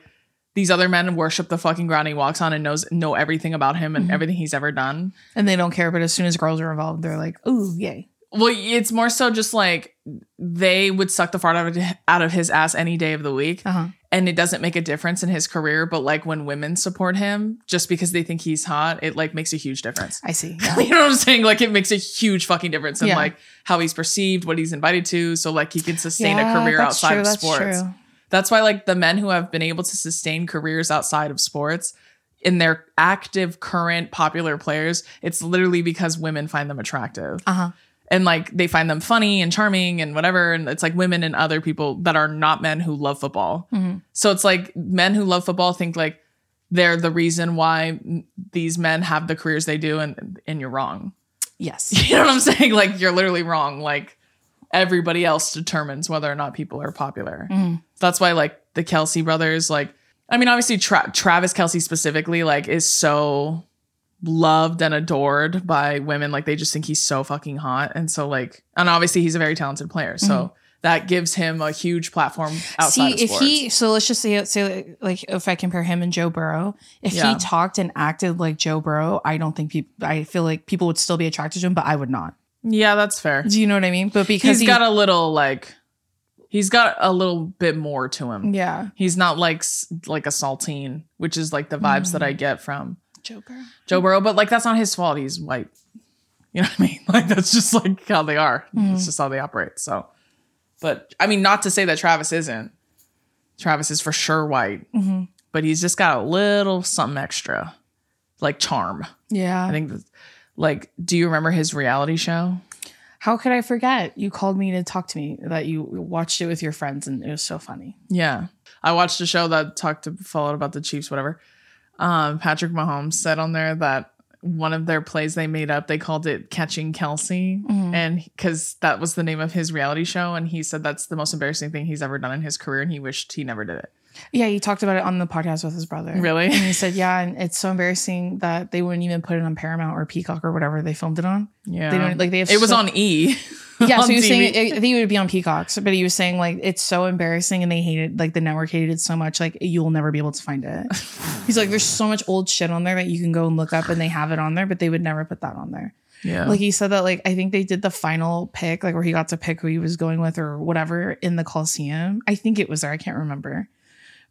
[SPEAKER 2] these other men worship the fucking ground he walks on and knows know everything about him
[SPEAKER 3] Mm-hmm.
[SPEAKER 2] and everything he's ever done.
[SPEAKER 3] And they don't care, but as soon as girls are involved, they're like, ooh, yay.
[SPEAKER 2] Well, it's more so just like they would suck the fart out of, out of his ass any day of the week,
[SPEAKER 3] Uh-huh.
[SPEAKER 2] and it doesn't make a difference in his career. But like when women support him just because they think he's hot, it like makes a huge difference.
[SPEAKER 3] I see.
[SPEAKER 2] you know what I'm saying? Like it makes a huge fucking difference in
[SPEAKER 3] Yeah.
[SPEAKER 2] like how he's perceived, what he's invited to, so like he can sustain a career outside of sports. That's why like the men who have been able to sustain careers outside of sports in their active current popular players, it's literally because women find them attractive.
[SPEAKER 3] Uh-huh.
[SPEAKER 2] And like they find them funny and charming and whatever. And it's like women and other people that are not men who love football. So it's like men who love football think like they're the reason why m- these men have the careers they do, and and you're wrong.
[SPEAKER 3] Yes.
[SPEAKER 2] You know what I'm saying? Like you're literally wrong. Like everybody else determines whether or not people are popular.
[SPEAKER 3] Mm-hmm.
[SPEAKER 2] That's why like the Kelsey brothers, like I mean, obviously Tra- Travis Kelsey specifically, like is so loved and adored by women. Like they just think he's so fucking hot, and so like, and obviously he's a very talented player. So. That gives him a huge platform outside
[SPEAKER 3] Mm-hmm. See,
[SPEAKER 2] of
[SPEAKER 3] if
[SPEAKER 2] sports.
[SPEAKER 3] he, so let's just say, say, like, if I compare him and Joe Burrow, if
[SPEAKER 2] Yeah.
[SPEAKER 3] he talked and acted like Joe Burrow, I don't think people, I feel like people would still be attracted to him, but I would not.
[SPEAKER 2] yeah, that's fair.
[SPEAKER 3] Do you know what I mean? But because
[SPEAKER 2] he's
[SPEAKER 3] he-
[SPEAKER 2] got a little like he's got a little bit more to him.
[SPEAKER 3] yeah,
[SPEAKER 2] He's not like s- like a saltine, which is like the vibes that I get from
[SPEAKER 3] Joe Burrow.
[SPEAKER 2] Joe Burrow, but like that's not his fault. He's white. You know what I mean? Like that's just like how they are. It's just how they operate. So, but I mean, not to say that Travis isn't. Travis is for sure white, but he's just got a little something extra, like charm.
[SPEAKER 3] Yeah.
[SPEAKER 2] I think. that's- Like, do you remember his reality show?
[SPEAKER 3] How could I forget? You called me to talk to me that you watched it with your friends and it was so funny.
[SPEAKER 2] Yeah. I watched a show that talked to followed about the Chiefs, whatever. Um, Patrick Mahomes said on there that one of their plays they made up, they called it Catching Kelsey.
[SPEAKER 3] Mm-hmm.
[SPEAKER 2] And because that was the name of his reality show. And he said that's the most embarrassing thing he's ever done in his career. And he wished he never did it.
[SPEAKER 3] Yeah, he talked about it on the podcast with his brother.
[SPEAKER 2] Really?
[SPEAKER 3] And he said, Yeah, and it's so embarrassing that they wouldn't even put it on Paramount or Peacock or whatever they filmed it on.
[SPEAKER 2] Yeah.
[SPEAKER 3] They don't like they have
[SPEAKER 2] it was
[SPEAKER 3] so-
[SPEAKER 2] on E.
[SPEAKER 3] Yeah,
[SPEAKER 2] on
[SPEAKER 3] so he was saying
[SPEAKER 2] TV.
[SPEAKER 3] I think it would be on Peacock. So, but he was saying like it's so embarrassing and they hated like the network hated it so much, like you'll never be able to find it. He's like, There's so much old shit on there that you can go and look up and they have it on there, but they would never put that on there.
[SPEAKER 2] Yeah.
[SPEAKER 3] Like he said that like I think they did the final pick, like where he got to pick who he was going with or whatever in the Coliseum. I think it was there. I can't remember.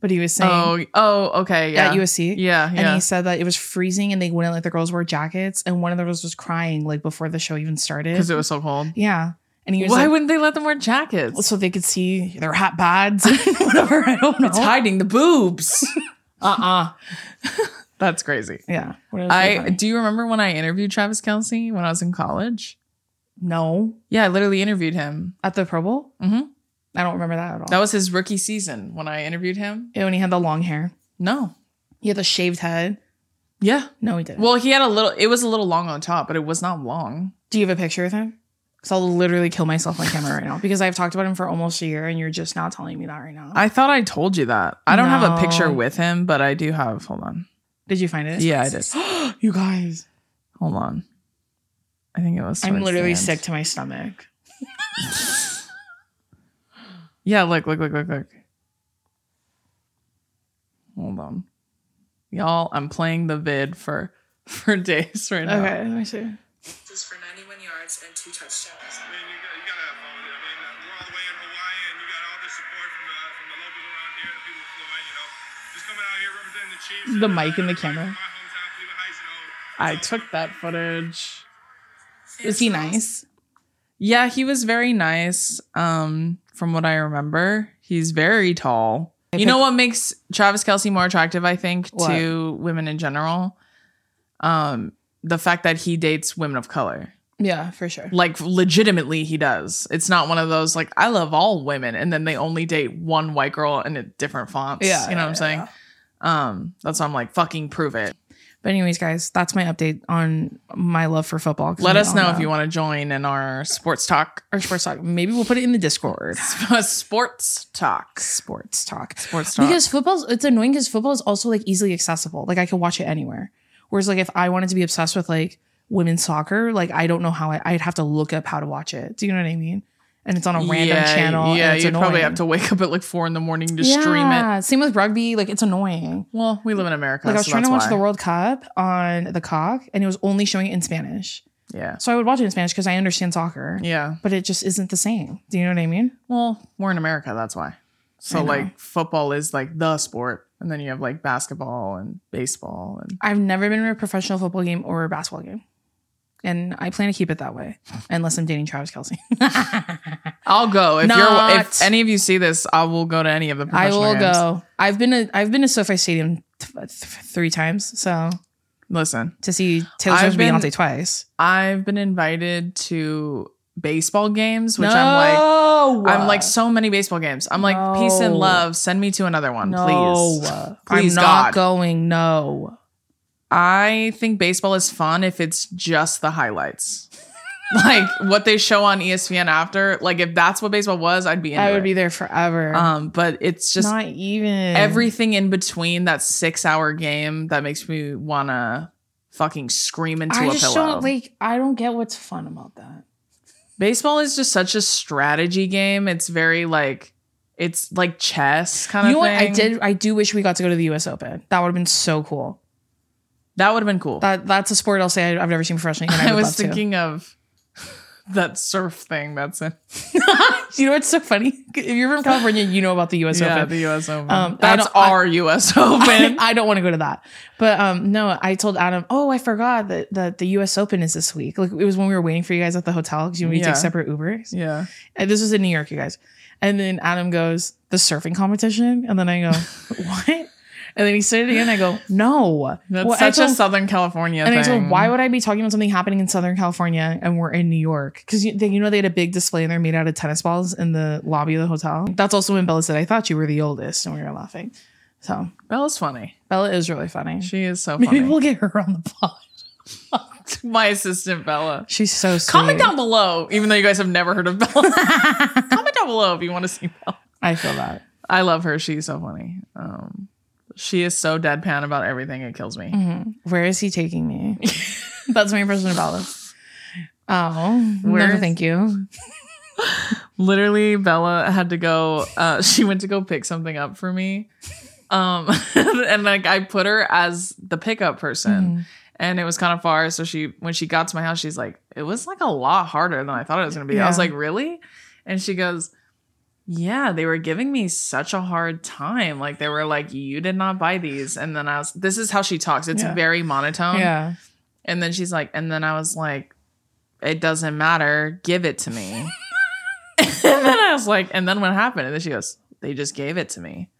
[SPEAKER 3] But he was saying
[SPEAKER 2] oh, oh, okay. Yeah.
[SPEAKER 3] at USC.
[SPEAKER 2] Yeah.
[SPEAKER 3] And
[SPEAKER 2] Yeah.
[SPEAKER 3] he said that it was freezing and they wouldn't let the girls wear jackets. And one of the girls was crying like before the show even started.
[SPEAKER 2] Because it was so cold.
[SPEAKER 3] yeah. And he was
[SPEAKER 2] Why
[SPEAKER 3] like,
[SPEAKER 2] wouldn't they let them wear jackets?
[SPEAKER 3] so they could see their hot bods and whatever. I don't know.
[SPEAKER 2] It's hiding the boobs. uh uh That's crazy.
[SPEAKER 3] yeah. What else is
[SPEAKER 2] I
[SPEAKER 3] funny?
[SPEAKER 2] do you remember when I interviewed Travis Kelsey when I was in college?
[SPEAKER 3] no
[SPEAKER 2] Yeah, I literally interviewed him.
[SPEAKER 3] at the Pro Bowl.
[SPEAKER 2] Mhm.
[SPEAKER 3] I don't remember that at all.
[SPEAKER 2] That was his rookie season when I interviewed him.
[SPEAKER 3] when he had the long hair.
[SPEAKER 2] No.
[SPEAKER 3] He had the shaved head.
[SPEAKER 2] Yeah.
[SPEAKER 3] No, he didn't.
[SPEAKER 2] Well, he had a little it was a little long on top, but it was not long.
[SPEAKER 3] Do you have a picture of him? Because I'll literally kill myself on camera right now because I've talked about him for almost a year and you're just now telling me that right now.
[SPEAKER 2] I thought I told you that. I don't have a picture
[SPEAKER 3] No.
[SPEAKER 2] with him, but I do have hold on.
[SPEAKER 3] did you find it?
[SPEAKER 2] Yeah, I did.
[SPEAKER 3] You guys,
[SPEAKER 2] Hold on. I think it was
[SPEAKER 3] I'm
[SPEAKER 2] towards
[SPEAKER 3] literally
[SPEAKER 2] the end.
[SPEAKER 3] sick to my stomach.
[SPEAKER 2] Yeah, look, look, look, look, look. Hold on. Y'all, I'm playing the vid for for days right now.
[SPEAKER 3] Okay, let me see.
[SPEAKER 4] passes for 91 yards and two touchdowns.
[SPEAKER 5] I mean, you got, you got to have fun with it. I mean, uh, we're all the way in Hawaii, and you got all this support from, uh, from the locals around here, the people of Floyd, you know. Just coming out here representing the Chiefs.
[SPEAKER 2] The
[SPEAKER 5] and,
[SPEAKER 2] mic
[SPEAKER 5] uh,
[SPEAKER 2] and the camera.
[SPEAKER 5] everybody from My hometown, Cleveland Heights, you know.
[SPEAKER 2] I took that footage.
[SPEAKER 3] Is he nice?
[SPEAKER 2] Yeah, he was very nice. Um, from what I remember, he's very tall. You know what makes Travis Kelsey more attractive, I think, to women in general? Um, the fact that he dates women of color.
[SPEAKER 3] Yeah, for sure.
[SPEAKER 2] Like legitimately he does. It's not one of those like I love all women and then they only date one white girl in a different fonts.
[SPEAKER 3] Yeah,
[SPEAKER 2] You know
[SPEAKER 3] yeah,
[SPEAKER 2] what I'm saying? Um, that's why I'm like, fucking prove it.
[SPEAKER 3] But anyways, guys, that's my update on my love for football.
[SPEAKER 2] Let us know if you want to join in our sports talk.
[SPEAKER 3] our sports talk. Maybe we'll put it in the Discord.
[SPEAKER 2] sports talk.
[SPEAKER 3] Sports talk.
[SPEAKER 2] Sports talk.
[SPEAKER 3] Because football's it's annoying because football is also like easily accessible. Like I can watch it anywhere. Whereas like if I wanted to be obsessed with like women's soccer, like I don't know how I, I'd have to look up how to watch it. Do you know what I mean? and it's on a random channel.
[SPEAKER 2] Yeah,
[SPEAKER 3] and it's
[SPEAKER 2] you'd probably
[SPEAKER 3] annoying.
[SPEAKER 2] have to wake up at like four in the morning to stream it.
[SPEAKER 3] Yeah, same with rugby. Like it's annoying.
[SPEAKER 2] Well, we live in America.
[SPEAKER 3] Like I was
[SPEAKER 2] so
[SPEAKER 3] trying to
[SPEAKER 2] that's
[SPEAKER 3] watch the
[SPEAKER 2] why.
[SPEAKER 3] World Cup on the cock, and it was only showing it in Spanish.
[SPEAKER 2] Yeah.
[SPEAKER 3] So I would watch it in Spanish because I understand soccer.
[SPEAKER 2] Yeah.
[SPEAKER 3] But it just isn't the same. Do you know what I mean?
[SPEAKER 2] Well, we're in America. That's why. So
[SPEAKER 3] I know.
[SPEAKER 2] like football is like the sport, and then you have like basketball and baseball and
[SPEAKER 3] I've never been in a professional football game or a basketball game. And I plan to keep it that way, unless I'm dating Travis Kelsey.
[SPEAKER 2] I'll go if you're if
[SPEAKER 3] Not-
[SPEAKER 2] any of you see this, I will go to any of the.
[SPEAKER 3] I
[SPEAKER 2] Professional
[SPEAKER 3] will
[SPEAKER 2] games.
[SPEAKER 3] go. I've been a, I've been to SoFi Stadium th- th- three times, so
[SPEAKER 2] Listen,
[SPEAKER 3] to see Taylor
[SPEAKER 2] I've
[SPEAKER 3] Swift and
[SPEAKER 2] been-
[SPEAKER 3] Beyonce twice.
[SPEAKER 2] I've been invited to baseball games, which I'm like. I'm like so many baseball games. I'm like peace and
[SPEAKER 3] No.
[SPEAKER 2] love. Send me to another one,
[SPEAKER 3] no,
[SPEAKER 2] please.
[SPEAKER 3] I'm
[SPEAKER 2] Please,
[SPEAKER 3] not
[SPEAKER 2] God.
[SPEAKER 3] going. No,
[SPEAKER 2] I think baseball is fun if it's just the highlights. like what they show on E ESPN after. Like if that's what baseball was, I'd be in.
[SPEAKER 3] I would be there forever.
[SPEAKER 2] Um, but it's just
[SPEAKER 3] not even
[SPEAKER 2] everything in between that six hour game that makes me wanna fucking scream into a
[SPEAKER 3] I just
[SPEAKER 2] pillow.
[SPEAKER 3] don't like. I don't get what's fun about that.
[SPEAKER 2] Baseball is just such a strategy game. It's very like it's like chess kind
[SPEAKER 3] You
[SPEAKER 2] of
[SPEAKER 3] know what?
[SPEAKER 2] thing.
[SPEAKER 3] I did. I do wish we got to go to the U.S. Open. That would have been so cool.
[SPEAKER 2] That would have been cool.
[SPEAKER 3] That that's a sport I'll say I- I've never seen professionally. And I,
[SPEAKER 2] I
[SPEAKER 3] would
[SPEAKER 2] was
[SPEAKER 3] love to.
[SPEAKER 2] thinking of that surf thing that's in
[SPEAKER 3] You know what's so funny? If you're from California, you know about the U.S.
[SPEAKER 2] yeah,
[SPEAKER 3] Open.
[SPEAKER 2] the US Open.
[SPEAKER 3] Um, I
[SPEAKER 2] that's
[SPEAKER 3] don't- I-
[SPEAKER 2] our US Open.
[SPEAKER 3] I, I don't want to go to that. But um, no, I told Adam, oh, I forgot that, that the U.S. Open is this week. Like it was when we were waiting for you guys at the hotel because you know, we
[SPEAKER 2] Yeah.
[SPEAKER 3] take separate Ubers.
[SPEAKER 2] yeah.
[SPEAKER 3] And this was in New York, you guys. And then Adam goes, the surfing competition. And then I go, what? And then he said it again. I go, no.
[SPEAKER 2] That's
[SPEAKER 3] Well, I
[SPEAKER 2] such
[SPEAKER 3] told-
[SPEAKER 2] a Southern California
[SPEAKER 3] And
[SPEAKER 2] thing.
[SPEAKER 3] I told him, why would I be talking about something happening in Southern California and we're in New York? Because you, they- you know they had a big display in there made out of tennis balls in the lobby of the hotel. That's also when Bella said, I thought you were the oldest. And we were laughing. So
[SPEAKER 2] Bella's funny.
[SPEAKER 3] Bella is really funny.
[SPEAKER 2] She is so
[SPEAKER 3] Maybe
[SPEAKER 2] funny.
[SPEAKER 3] we'll get her on the pod.
[SPEAKER 2] My assistant Bella.
[SPEAKER 3] She's so sweet.
[SPEAKER 2] Comment down below, even though you guys have never heard of Bella. Comment down below if you want to see Bella.
[SPEAKER 3] I feel that.
[SPEAKER 2] I love her. She's so funny. Um, she is so deadpan about everything. It kills
[SPEAKER 3] Mm-hmm.
[SPEAKER 2] me.
[SPEAKER 3] Where is he taking me? That's my impression of Bella. Oh,
[SPEAKER 2] Where
[SPEAKER 3] no,
[SPEAKER 2] is-
[SPEAKER 3] thank you.
[SPEAKER 2] Literally, Bella had to go. Uh, she went to go pick something up for me. Um, and like I put her as the pickup person.
[SPEAKER 3] Mm-hmm.
[SPEAKER 2] And it was kind of far. So she, when she got to my house, she's like, it was like a lot harder than I thought it was going to be. I was
[SPEAKER 3] Yeah.
[SPEAKER 2] like, really? And she goes, yeah, they were giving me such a hard time. Like they were like, you did not buy these. And then I was, this is how she talks. It's
[SPEAKER 3] Yeah.
[SPEAKER 2] very monotone.
[SPEAKER 3] yeah.
[SPEAKER 2] And then she's like, and then I was like, it doesn't matter. Give it to me. and then I was like, and then what happened? And then she goes, they just gave it to me.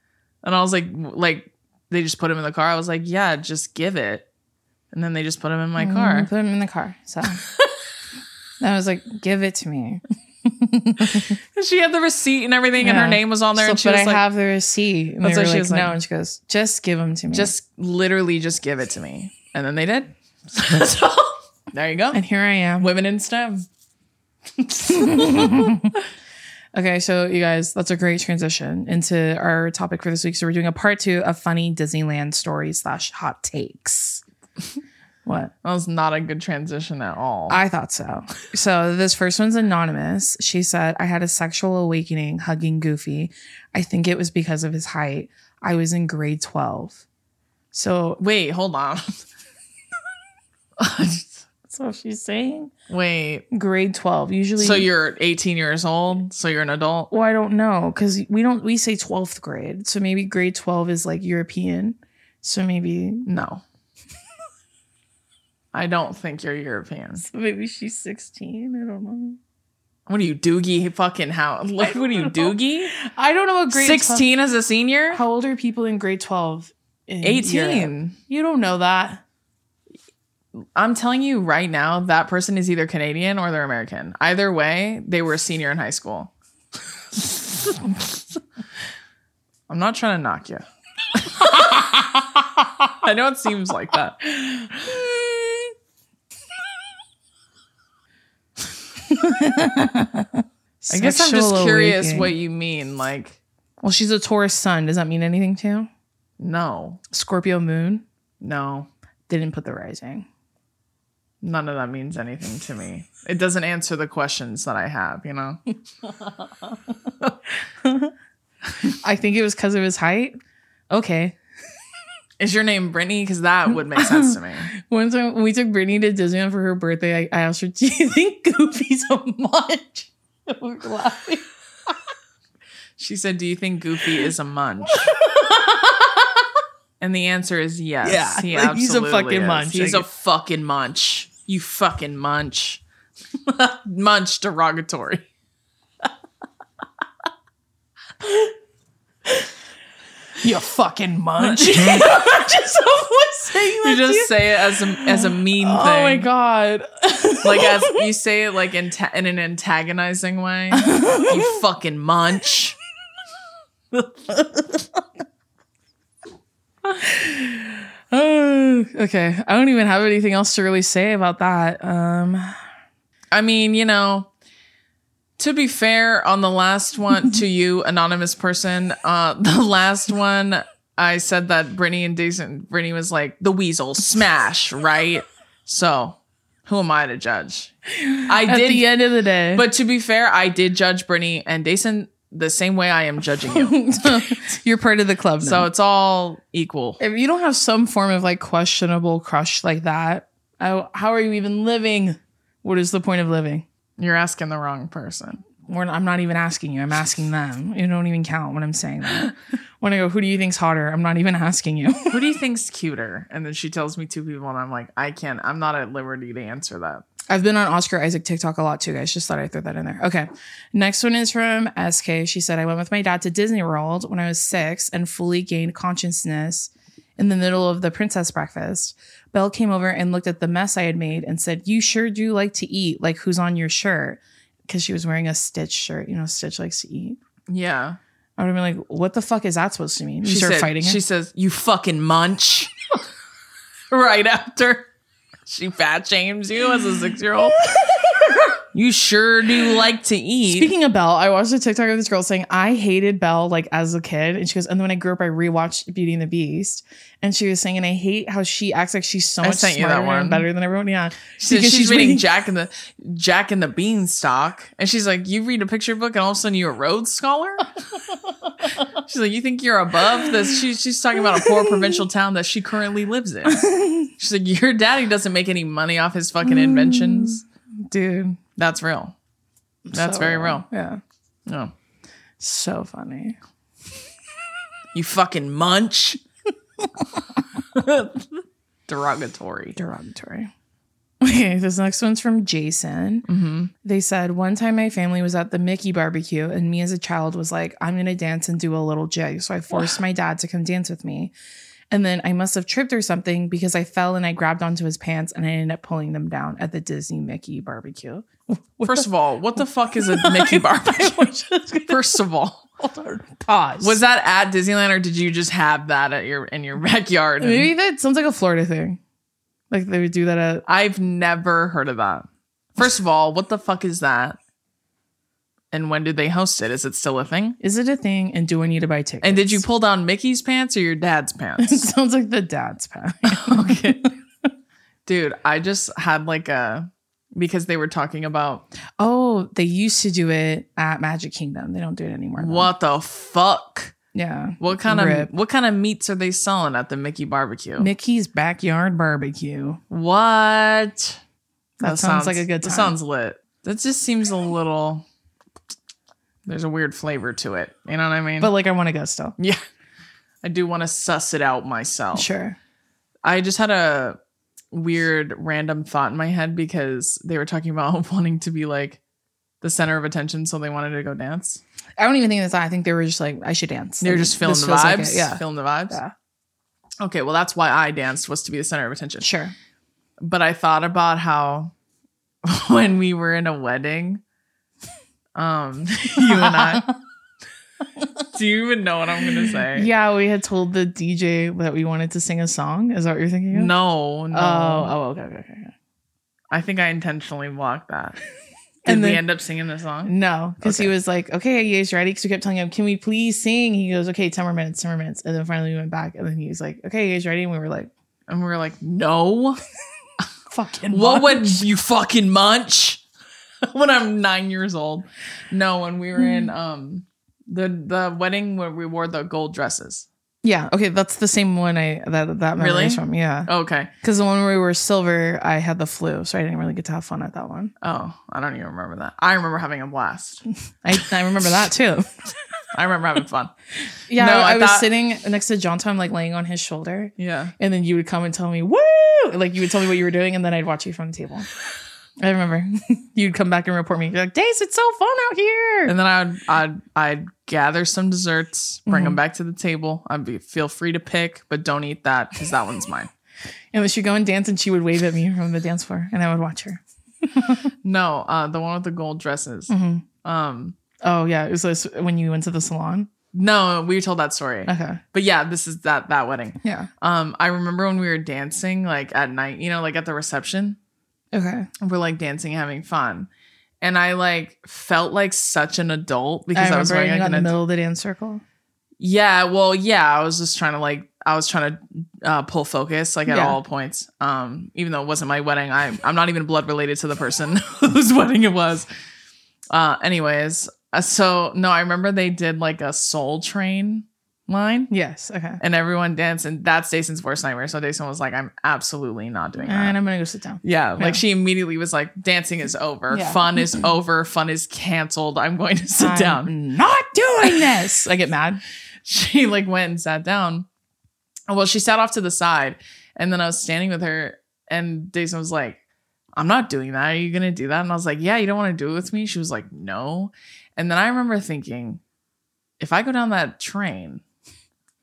[SPEAKER 2] And I was like, w- like they just put him in the car. I was like, yeah, just give it. And then they just put him in my
[SPEAKER 3] I
[SPEAKER 2] car.
[SPEAKER 3] put him in the car. So I was like, give it to me.
[SPEAKER 2] And she had the receipt and everything, and her
[SPEAKER 3] Yeah.
[SPEAKER 2] name was on there.
[SPEAKER 3] So,
[SPEAKER 2] and she
[SPEAKER 3] but
[SPEAKER 2] was
[SPEAKER 3] I
[SPEAKER 2] like,
[SPEAKER 3] have the receipt. And they
[SPEAKER 2] That's
[SPEAKER 3] were
[SPEAKER 2] what she
[SPEAKER 3] like,
[SPEAKER 2] was
[SPEAKER 3] no.
[SPEAKER 2] like.
[SPEAKER 3] and she goes, just give them to me.
[SPEAKER 2] just literally just give it to me. And then they did. so there you go.
[SPEAKER 3] and here I am.
[SPEAKER 2] Women in STEM.
[SPEAKER 3] Okay, so you guys, that's a great transition into our topic for this week. So we're doing a part two of funny Disneyland stories slash hot takes. what?
[SPEAKER 2] That was not a good transition at all.
[SPEAKER 3] I thought so. So this first one's anonymous. She said, I had a sexual awakening hugging Goofy. I think it was because of his height. I was in grade 12. So
[SPEAKER 2] Wait, hold on.
[SPEAKER 3] that's what she's saying.
[SPEAKER 2] Wait.
[SPEAKER 3] Grade 12. Usually
[SPEAKER 2] So you're 18 years old, so you're an adult.
[SPEAKER 3] well, I don't know, because we don't we say 12th grade. So maybe grade 12 is like European. So maybe
[SPEAKER 2] No. I don't think you're European.
[SPEAKER 3] maybe she's 16. I don't know.
[SPEAKER 2] What are you, Doogie fucking how? Like, what are you,
[SPEAKER 3] know.
[SPEAKER 2] Doogie?
[SPEAKER 3] I don't know what grade 16.
[SPEAKER 2] 16 as a senior?
[SPEAKER 3] How old are people in grade 12? in Europe?
[SPEAKER 2] 18.
[SPEAKER 3] You don't know that.
[SPEAKER 2] I'm telling you right now, that person is either Canadian or they're American. Either way, they were a senior in high school. I'm not trying to knock you. I know it seems like that. I guess I'm just
[SPEAKER 3] Sexual
[SPEAKER 2] curious what
[SPEAKER 3] awakening.
[SPEAKER 2] you mean. Like,
[SPEAKER 3] Well, she's a Taurus sun. Does that mean anything to you?
[SPEAKER 2] no,
[SPEAKER 3] Scorpio moon
[SPEAKER 2] no.
[SPEAKER 3] didn't put the rising.
[SPEAKER 2] None of that means anything to me. It doesn't answer the questions that I have, you know?
[SPEAKER 3] I think it was because of his height. Okay.
[SPEAKER 2] Is your name Brittany? Because that would make sense to me.
[SPEAKER 3] One time when we took Brittany to Disneyland for her birthday, I, I asked her, Do you think Goofy's a munch? We were laughing.
[SPEAKER 2] She said, Do you think Goofy is a munch? and the answer is yes.
[SPEAKER 3] Yeah,
[SPEAKER 2] He
[SPEAKER 3] like, he's a
[SPEAKER 2] absolutely
[SPEAKER 3] fucking
[SPEAKER 2] is.
[SPEAKER 3] munch,
[SPEAKER 2] He's
[SPEAKER 3] I
[SPEAKER 2] a fucking munch. You fucking munch. munch derogatory.
[SPEAKER 3] You fucking munch. just someone saying that.
[SPEAKER 2] You
[SPEAKER 3] to
[SPEAKER 2] just say it as a, as a mean thing.
[SPEAKER 3] Oh my god.
[SPEAKER 2] Like as you say it like in, ta- in an antagonizing way. you fucking munch.
[SPEAKER 3] Oh, okay. I don't even have anything else to really say about that. Um
[SPEAKER 2] I mean, you know, to be fair, on the last one to you, anonymous person, uh, the last one I said that Brittany and Jason, Brittany was like the weasel smash, right? So, who am I to judge? I
[SPEAKER 3] at
[SPEAKER 2] did,
[SPEAKER 3] the end of the day.
[SPEAKER 2] but to be fair, I did judge Brittany and Jason the same way I am judging you.
[SPEAKER 3] you're part of the club now.
[SPEAKER 2] so it's all equal.
[SPEAKER 3] if you don't have some form of like questionable crush like that, I, how are you even living? What is the point of living?
[SPEAKER 2] You're asking the wrong person.
[SPEAKER 3] We're not, I'm not even asking you. I'm asking them. You don't even count when I'm saying that. When I go, who do you think's hotter? I'm not even asking you.
[SPEAKER 2] Who do you think's cuter? And then she tells me two people, and I'm like, I can't. I'm not at liberty to answer that.
[SPEAKER 3] I've been on Oscar Isaac TikTok a lot too, guys. Just thought I'd throw that in there. Okay. Next one is from SK. She said, I went with my dad to Disney World when I was six and fully gained consciousness in the middle of the princess breakfast. Belle came over and looked at the mess I had made and said, You sure do like to eat. Like, who's on your shirt? Because she was wearing a Stitch shirt. You know, Stitch likes to eat.
[SPEAKER 2] Yeah.
[SPEAKER 3] I would have been like, What the fuck is that supposed to mean? You
[SPEAKER 2] She
[SPEAKER 3] start
[SPEAKER 2] said-
[SPEAKER 3] fighting her.
[SPEAKER 2] She says, "You fucking munch." right after she fat shames you as a six year old. you sure do like to eat.
[SPEAKER 3] Speaking of Belle, I watched a TikTok of this girl saying I hated Belle like as a kid, and she goes, and then when I grew up, I rewatched Beauty and the Beast, and she was saying, and I hate how she acts like she's so
[SPEAKER 2] I
[SPEAKER 3] much
[SPEAKER 2] sent you
[SPEAKER 3] smarter
[SPEAKER 2] that one.
[SPEAKER 3] and better than everyone. Yeah,
[SPEAKER 2] she says
[SPEAKER 3] because
[SPEAKER 2] she's,
[SPEAKER 3] she's
[SPEAKER 2] reading,
[SPEAKER 3] reading-
[SPEAKER 2] Jack and the Jack and the Beanstalk, and she's like, "You read a picture book, and all of a sudden you're a Rhodes scholar." she's like, "You think you're above this?" She, she's talking about a poor provincial town that she currently lives in. She's like, "Your daddy doesn't make any money off his fucking inventions."
[SPEAKER 3] dude,
[SPEAKER 2] That's real. That's
[SPEAKER 3] So,
[SPEAKER 2] very real.
[SPEAKER 3] Yeah,
[SPEAKER 2] No.
[SPEAKER 3] so funny.
[SPEAKER 2] You fucking munch. Derogatory.
[SPEAKER 3] derogatory. Okay, this next one's from Jason.
[SPEAKER 2] Mm-hmm.
[SPEAKER 3] They said one time my family was at the Mickey barbecue, and me as a child was like, I'm gonna dance and do a little jig. So I forced my dad to come dance with me. And then I must have tripped or something because I fell and I grabbed onto his pants and I ended up pulling them down at the Disney Mickey barbecue.
[SPEAKER 2] First of all, what the fuck is a Mickey barbecue? First of all,
[SPEAKER 3] Pause.
[SPEAKER 2] was that at Disneyland or did you just have that at your in your backyard? And
[SPEAKER 3] maybe that sounds like a Florida thing? Like they would do that at
[SPEAKER 2] I've never heard of that. First of all, what the fuck is that? And when did they host it? Is it still a thing?
[SPEAKER 3] is it a thing? And do I need to buy tickets?
[SPEAKER 2] And did you pull down Mickey's pants or your dad's
[SPEAKER 3] it
[SPEAKER 2] pants?
[SPEAKER 3] sounds like the dad's pants.
[SPEAKER 2] okay. Dude, I just had like a because they were talking about
[SPEAKER 3] Oh, they used to do it at Magic Kingdom. They don't do it anymore. though.
[SPEAKER 2] what the fuck?
[SPEAKER 3] Yeah.
[SPEAKER 2] What kind
[SPEAKER 3] Rip.
[SPEAKER 2] of what kind of meats are they selling at the Mickey barbecue?
[SPEAKER 3] Mickey's backyard barbecue.
[SPEAKER 2] what?
[SPEAKER 3] That, sounds, like a good time.
[SPEAKER 2] That sounds lit. That just seems a little there's a weird flavor to it. You know what I mean?
[SPEAKER 3] but like I want to go still.
[SPEAKER 2] yeah. I do want to suss it out myself.
[SPEAKER 3] Sure.
[SPEAKER 2] I just had a weird random thought in my head because they were talking about wanting to be like the center of attention, so they wanted to go dance.
[SPEAKER 3] I don't even think that's that. I think they were just like, I should dance.
[SPEAKER 2] They're
[SPEAKER 3] Like,
[SPEAKER 2] just feeling
[SPEAKER 3] this
[SPEAKER 2] the
[SPEAKER 3] feels like
[SPEAKER 2] vibes.
[SPEAKER 3] it. yeah.
[SPEAKER 2] Feeling the vibes.
[SPEAKER 3] Yeah.
[SPEAKER 2] Okay, well that's why I danced was to be the center of attention.
[SPEAKER 3] Sure.
[SPEAKER 2] but I thought about how when we were in a wedding, um, you and I. do you even know what I'm gonna say?
[SPEAKER 3] Yeah, we had told the DJ that we wanted to sing a song. Is that what you're thinking of?
[SPEAKER 2] No, no.
[SPEAKER 3] Oh, oh, okay, okay, okay. okay.
[SPEAKER 2] I think I intentionally blocked that. Did
[SPEAKER 3] And
[SPEAKER 2] we
[SPEAKER 3] then-
[SPEAKER 2] end up singing the song?
[SPEAKER 3] No, because he
[SPEAKER 2] Okay.
[SPEAKER 3] was like, okay, you guys ready? Because we kept telling him, can we please sing? He goes, okay, 10 more minutes, 10 more minutes. And then finally we went back and then he was like, okay, you guys ready? And we were like,
[SPEAKER 2] And we were like, no.
[SPEAKER 3] Fucking
[SPEAKER 2] What
[SPEAKER 3] month.
[SPEAKER 2] would you fucking munch when I'm nine years old? No, when we were
[SPEAKER 3] Hmm.
[SPEAKER 2] in um the the wedding where we wore the gold dresses.
[SPEAKER 3] Yeah. Okay. That's the same one I that that memory
[SPEAKER 2] Really? Oh.
[SPEAKER 3] is from. Yeah.
[SPEAKER 2] Okay.
[SPEAKER 3] Because the one where we were silver, I had the flu, so I didn't really get to have fun at that one.
[SPEAKER 2] Oh, I don't even remember that. I remember having a blast.
[SPEAKER 3] I, I remember that too.
[SPEAKER 2] I remember having fun.
[SPEAKER 3] Yeah.
[SPEAKER 2] No,
[SPEAKER 3] I,
[SPEAKER 2] I
[SPEAKER 3] was
[SPEAKER 2] thought-
[SPEAKER 3] sitting next to John Tom, like laying on his shoulder,
[SPEAKER 2] Yeah.
[SPEAKER 3] and then you would come and tell me, "Woo!" Like you would tell me what you were doing, and then I'd watch you from the table. I remember you'd come back and report me. You're like, "Days, it's so fun out here."
[SPEAKER 2] And then I'd I'd I'd gather some desserts,
[SPEAKER 3] Mm-hmm.
[SPEAKER 2] bring them back to the table. I'd be feel free to pick, but don't eat that because that one's mine.
[SPEAKER 3] and then she'd go and dance, and she would wave at me from the dance floor, and I would watch her.
[SPEAKER 2] No, uh, the one with the gold dresses. Um,
[SPEAKER 3] Oh yeah, it was this, when you went to the salon.
[SPEAKER 2] no, we told that story.
[SPEAKER 3] Okay.
[SPEAKER 2] But yeah, this is that that wedding.
[SPEAKER 3] Yeah.
[SPEAKER 2] Um, I remember when we were dancing like at night, you know, like at the reception,
[SPEAKER 3] Okay.
[SPEAKER 2] we're like dancing, having fun. And I like felt like such an adult because I, was wearing
[SPEAKER 3] you
[SPEAKER 2] like
[SPEAKER 3] got in
[SPEAKER 2] an
[SPEAKER 3] the
[SPEAKER 2] ad-
[SPEAKER 3] middle of the dance circle.
[SPEAKER 2] Yeah, well, yeah, I was just trying to like I was trying to uh, pull focus like at
[SPEAKER 3] Yeah.
[SPEAKER 2] all points. Um, even though it wasn't my wedding, I I'm not even blood related to the person whose wedding it was. Uh, anyways, uh, so no, I remember they did like a Soul Train line.
[SPEAKER 3] Yes. Okay.
[SPEAKER 2] and everyone danced. And that's Jason's worst nightmare. So Jason was like, I'm absolutely not doing that.
[SPEAKER 3] And I'm gonna go sit down.
[SPEAKER 2] yeah,
[SPEAKER 3] Yeah.
[SPEAKER 2] like she immediately was like, dancing is over,
[SPEAKER 3] Yeah.
[SPEAKER 2] fun is over, fun is canceled. I'm going to sit down.
[SPEAKER 3] I'm not doing this. I get mad.
[SPEAKER 2] She like went and sat down. Well, she sat off to the side, and then I was standing with her, and Jason was like, I'm not doing that. Are you gonna do that? And I was like, Yeah, you don't want to do it with me. She was like, No. And then I remember thinking, if I go down that train,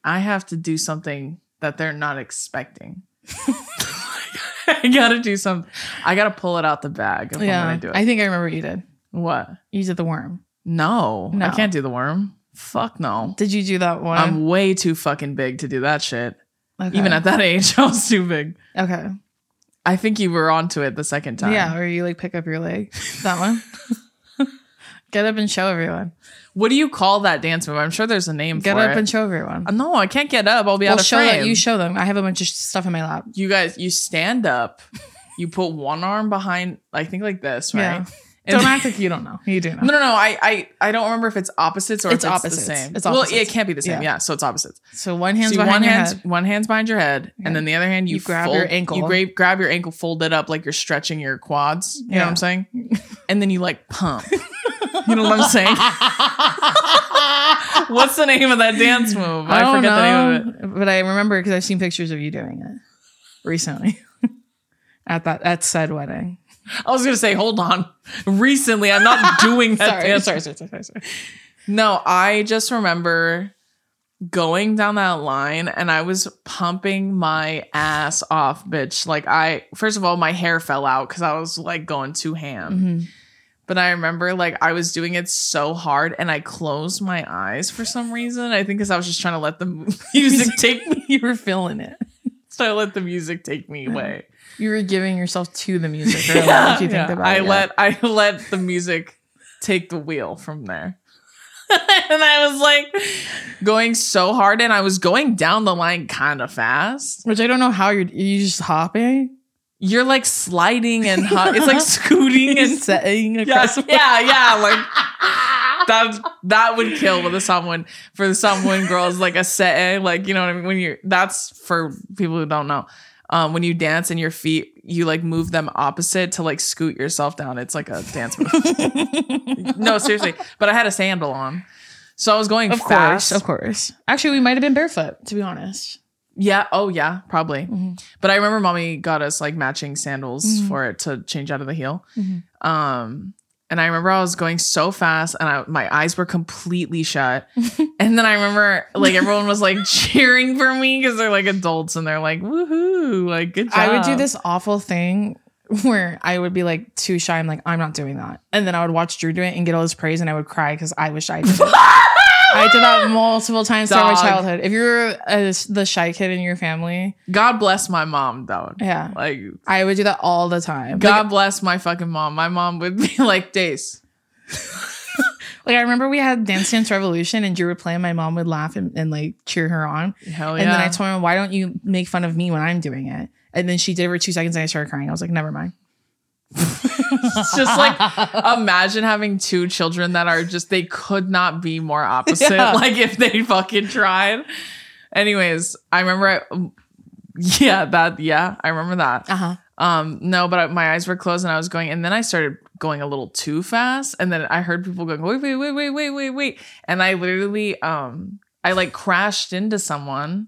[SPEAKER 2] I have to do something that they're not expecting. I gotta do something. I gotta pull it out the bag if
[SPEAKER 3] yeah.
[SPEAKER 2] I'm gonna do it.
[SPEAKER 3] I think I remember what you did.
[SPEAKER 2] what?
[SPEAKER 3] You did the worm.
[SPEAKER 2] No,
[SPEAKER 3] No.
[SPEAKER 2] I can't do the worm. Fuck no.
[SPEAKER 3] Did you do that one?
[SPEAKER 2] I'm way too fucking big to do that shit.
[SPEAKER 3] Okay.
[SPEAKER 2] Even at that age, I was too big.
[SPEAKER 3] okay.
[SPEAKER 2] I think you were onto it the second time.
[SPEAKER 3] Yeah, where you like pick up your leg. That one. get up and show everyone.
[SPEAKER 2] What do you call that dance move? I'm sure there's a name
[SPEAKER 3] Get
[SPEAKER 2] for
[SPEAKER 3] up
[SPEAKER 2] it.
[SPEAKER 3] and show everyone.
[SPEAKER 2] Uh, no, I can't get up. I'll be
[SPEAKER 3] well,
[SPEAKER 2] out of
[SPEAKER 3] show
[SPEAKER 2] frame.
[SPEAKER 3] that you show them. I have a bunch of stuff in my lap.
[SPEAKER 2] you guys, you stand up. You put one arm behind, I think like this, right?
[SPEAKER 3] Yeah.
[SPEAKER 2] And
[SPEAKER 3] don't
[SPEAKER 2] then-
[SPEAKER 3] act like you don't know. You do know.
[SPEAKER 2] No, no, no. I, I, I don't remember if it's opposites or
[SPEAKER 3] It's
[SPEAKER 2] if it's
[SPEAKER 3] opposites.
[SPEAKER 2] the same.
[SPEAKER 3] It's
[SPEAKER 2] Well,
[SPEAKER 3] opposites.
[SPEAKER 2] it can't be the same.
[SPEAKER 3] Yeah.
[SPEAKER 2] Yeah. so it's opposites.
[SPEAKER 3] So one hand's
[SPEAKER 2] so
[SPEAKER 3] behind
[SPEAKER 2] one
[SPEAKER 3] your
[SPEAKER 2] hand's
[SPEAKER 3] head.
[SPEAKER 2] one hand's behind your head, and then the other hand you,
[SPEAKER 3] You grab your
[SPEAKER 2] fold-
[SPEAKER 3] ankle.
[SPEAKER 2] You grab, grab your ankle, fold it up like you're stretching your quads. You know
[SPEAKER 3] Yeah.
[SPEAKER 2] what I'm saying? And then you like pump. you know what I'm saying? What's the name of that dance move? I,
[SPEAKER 3] don't
[SPEAKER 2] forget the name of
[SPEAKER 3] know,
[SPEAKER 2] it.
[SPEAKER 3] But I remember because I've seen pictures of you doing it recently at that at said wedding.
[SPEAKER 2] I was gonna say, hold on. Recently, I'm not doing that.
[SPEAKER 3] Sorry,
[SPEAKER 2] dance.
[SPEAKER 3] sorry, sorry, sorry, sorry, sorry.
[SPEAKER 2] No, I just remember going down that line and I was pumping my ass off, bitch. Like I first of all, my hair fell out because I was like going too ham. But I remember like I was doing it so hard and I closed my eyes for some reason. I think because I was just trying to let the music take me.
[SPEAKER 3] You were feeling it.
[SPEAKER 2] So I let the music take me away.
[SPEAKER 3] You were giving yourself to the music. Or what you think
[SPEAKER 2] Yeah,
[SPEAKER 3] about
[SPEAKER 2] I
[SPEAKER 3] it, yeah.
[SPEAKER 2] let I let the music take the wheel from there. and I was like going so hard and I was going down the line kind of fast.
[SPEAKER 3] Which I don't know how you're. You just hopping,
[SPEAKER 2] You're like sliding and hu- it's like scooting and
[SPEAKER 3] setting
[SPEAKER 2] yeah,
[SPEAKER 3] across.
[SPEAKER 2] yeah, yeah, like that that would kill with the someone for the someone girls like a set like you know what I mean when you're that's for people who don't know um when you dance and your feet you like move them opposite to like scoot yourself down it's like a dance move no seriously but I had a sandal on so I was going
[SPEAKER 3] Of
[SPEAKER 2] fast
[SPEAKER 3] course, of course. Actually, we might have been barefoot, to be honest.
[SPEAKER 2] yeah oh yeah probably
[SPEAKER 3] Mm-hmm.
[SPEAKER 2] but I remember mommy got us like matching sandals for it to change out of the heel
[SPEAKER 3] Mm-hmm.
[SPEAKER 2] um and i remember i was going so fast and I, my eyes were completely shut and then i remember like everyone was like cheering for me because they're like adults and they're like woohoo like good job
[SPEAKER 3] I would do this awful thing where I would be like too shy. I'm like, I'm not doing that. And then I would watch Drew do it and get all his praise, and I would cry because I wish I did. it. I did that multiple times throughout my
[SPEAKER 2] Dog.
[SPEAKER 3] childhood. If you're a, the shy kid in your family,
[SPEAKER 2] god bless my mom though
[SPEAKER 3] yeah,
[SPEAKER 2] like
[SPEAKER 3] I would do that all the time.
[SPEAKER 2] god bless my fucking mom my mom would be like days
[SPEAKER 3] Like, like I remember we had Dance Dance Revolution, and Drew would play, and my mom would laugh and, and like cheer her on.
[SPEAKER 2] hell yeah
[SPEAKER 3] And then I told him, why don't you make fun of me when I'm doing it? And then she did it for two seconds and I started crying. I was like, never mind.
[SPEAKER 2] It's just like imagine having two children that are just they could not be more opposite.
[SPEAKER 3] Yeah.
[SPEAKER 2] Like if they fucking tried. Anyways, I remember. I, um, yeah, that. Yeah, I remember that.
[SPEAKER 3] huh.
[SPEAKER 2] Um, no, but I, my eyes were closed and I was going, and then I started going a little too fast, and then I heard people going, wait, wait, wait, wait, wait, wait, wait, and I literally, um, I like crashed into someone.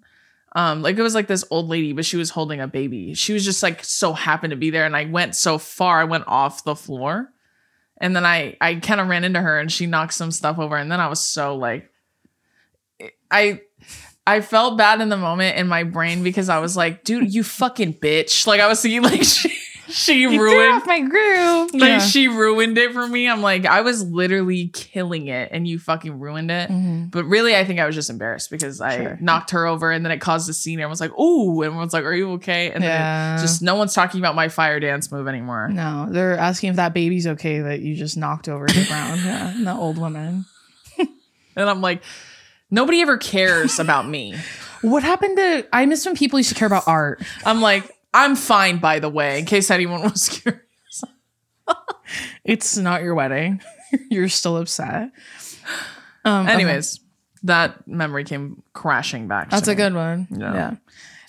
[SPEAKER 2] Um, like it was like this old lady, but she was holding a baby. She was just like so happened to be there, and I went so far, I went off the floor, and then I I kind of ran into her, and she knocked some stuff over, and then I was so like, I I felt bad in the moment in my brain because I was like, dude, you fucking bitch. Like I was thinking like she she ruined
[SPEAKER 3] my groove.
[SPEAKER 2] like
[SPEAKER 3] Yeah.
[SPEAKER 2] she ruined it for me. I'm like, I was literally killing it and you fucking ruined it.
[SPEAKER 3] Mhm.
[SPEAKER 2] But really I think I was just embarrassed because I
[SPEAKER 3] Sure.
[SPEAKER 2] knocked her over and then it caused a scene. Everyone's like, ooh, and everyone's like, Are you okay? And
[SPEAKER 3] Yeah.
[SPEAKER 2] then it, just no one's talking about my fire dance move anymore.
[SPEAKER 3] No, they're asking if that baby's okay that you just knocked over the ground. yeah, and the old woman.
[SPEAKER 2] And I'm like, nobody ever cares about me.
[SPEAKER 3] What happened to? I miss when people used to care about art.
[SPEAKER 2] I'm like, I'm fine, by the way, in case anyone was curious.
[SPEAKER 3] Uh-huh. It's not your wedding. You're still upset. Um, okay.
[SPEAKER 2] Anyways, that memory came crashing back. to
[SPEAKER 3] that's a
[SPEAKER 2] me.
[SPEAKER 3] good one.
[SPEAKER 2] Yeah.
[SPEAKER 3] yeah.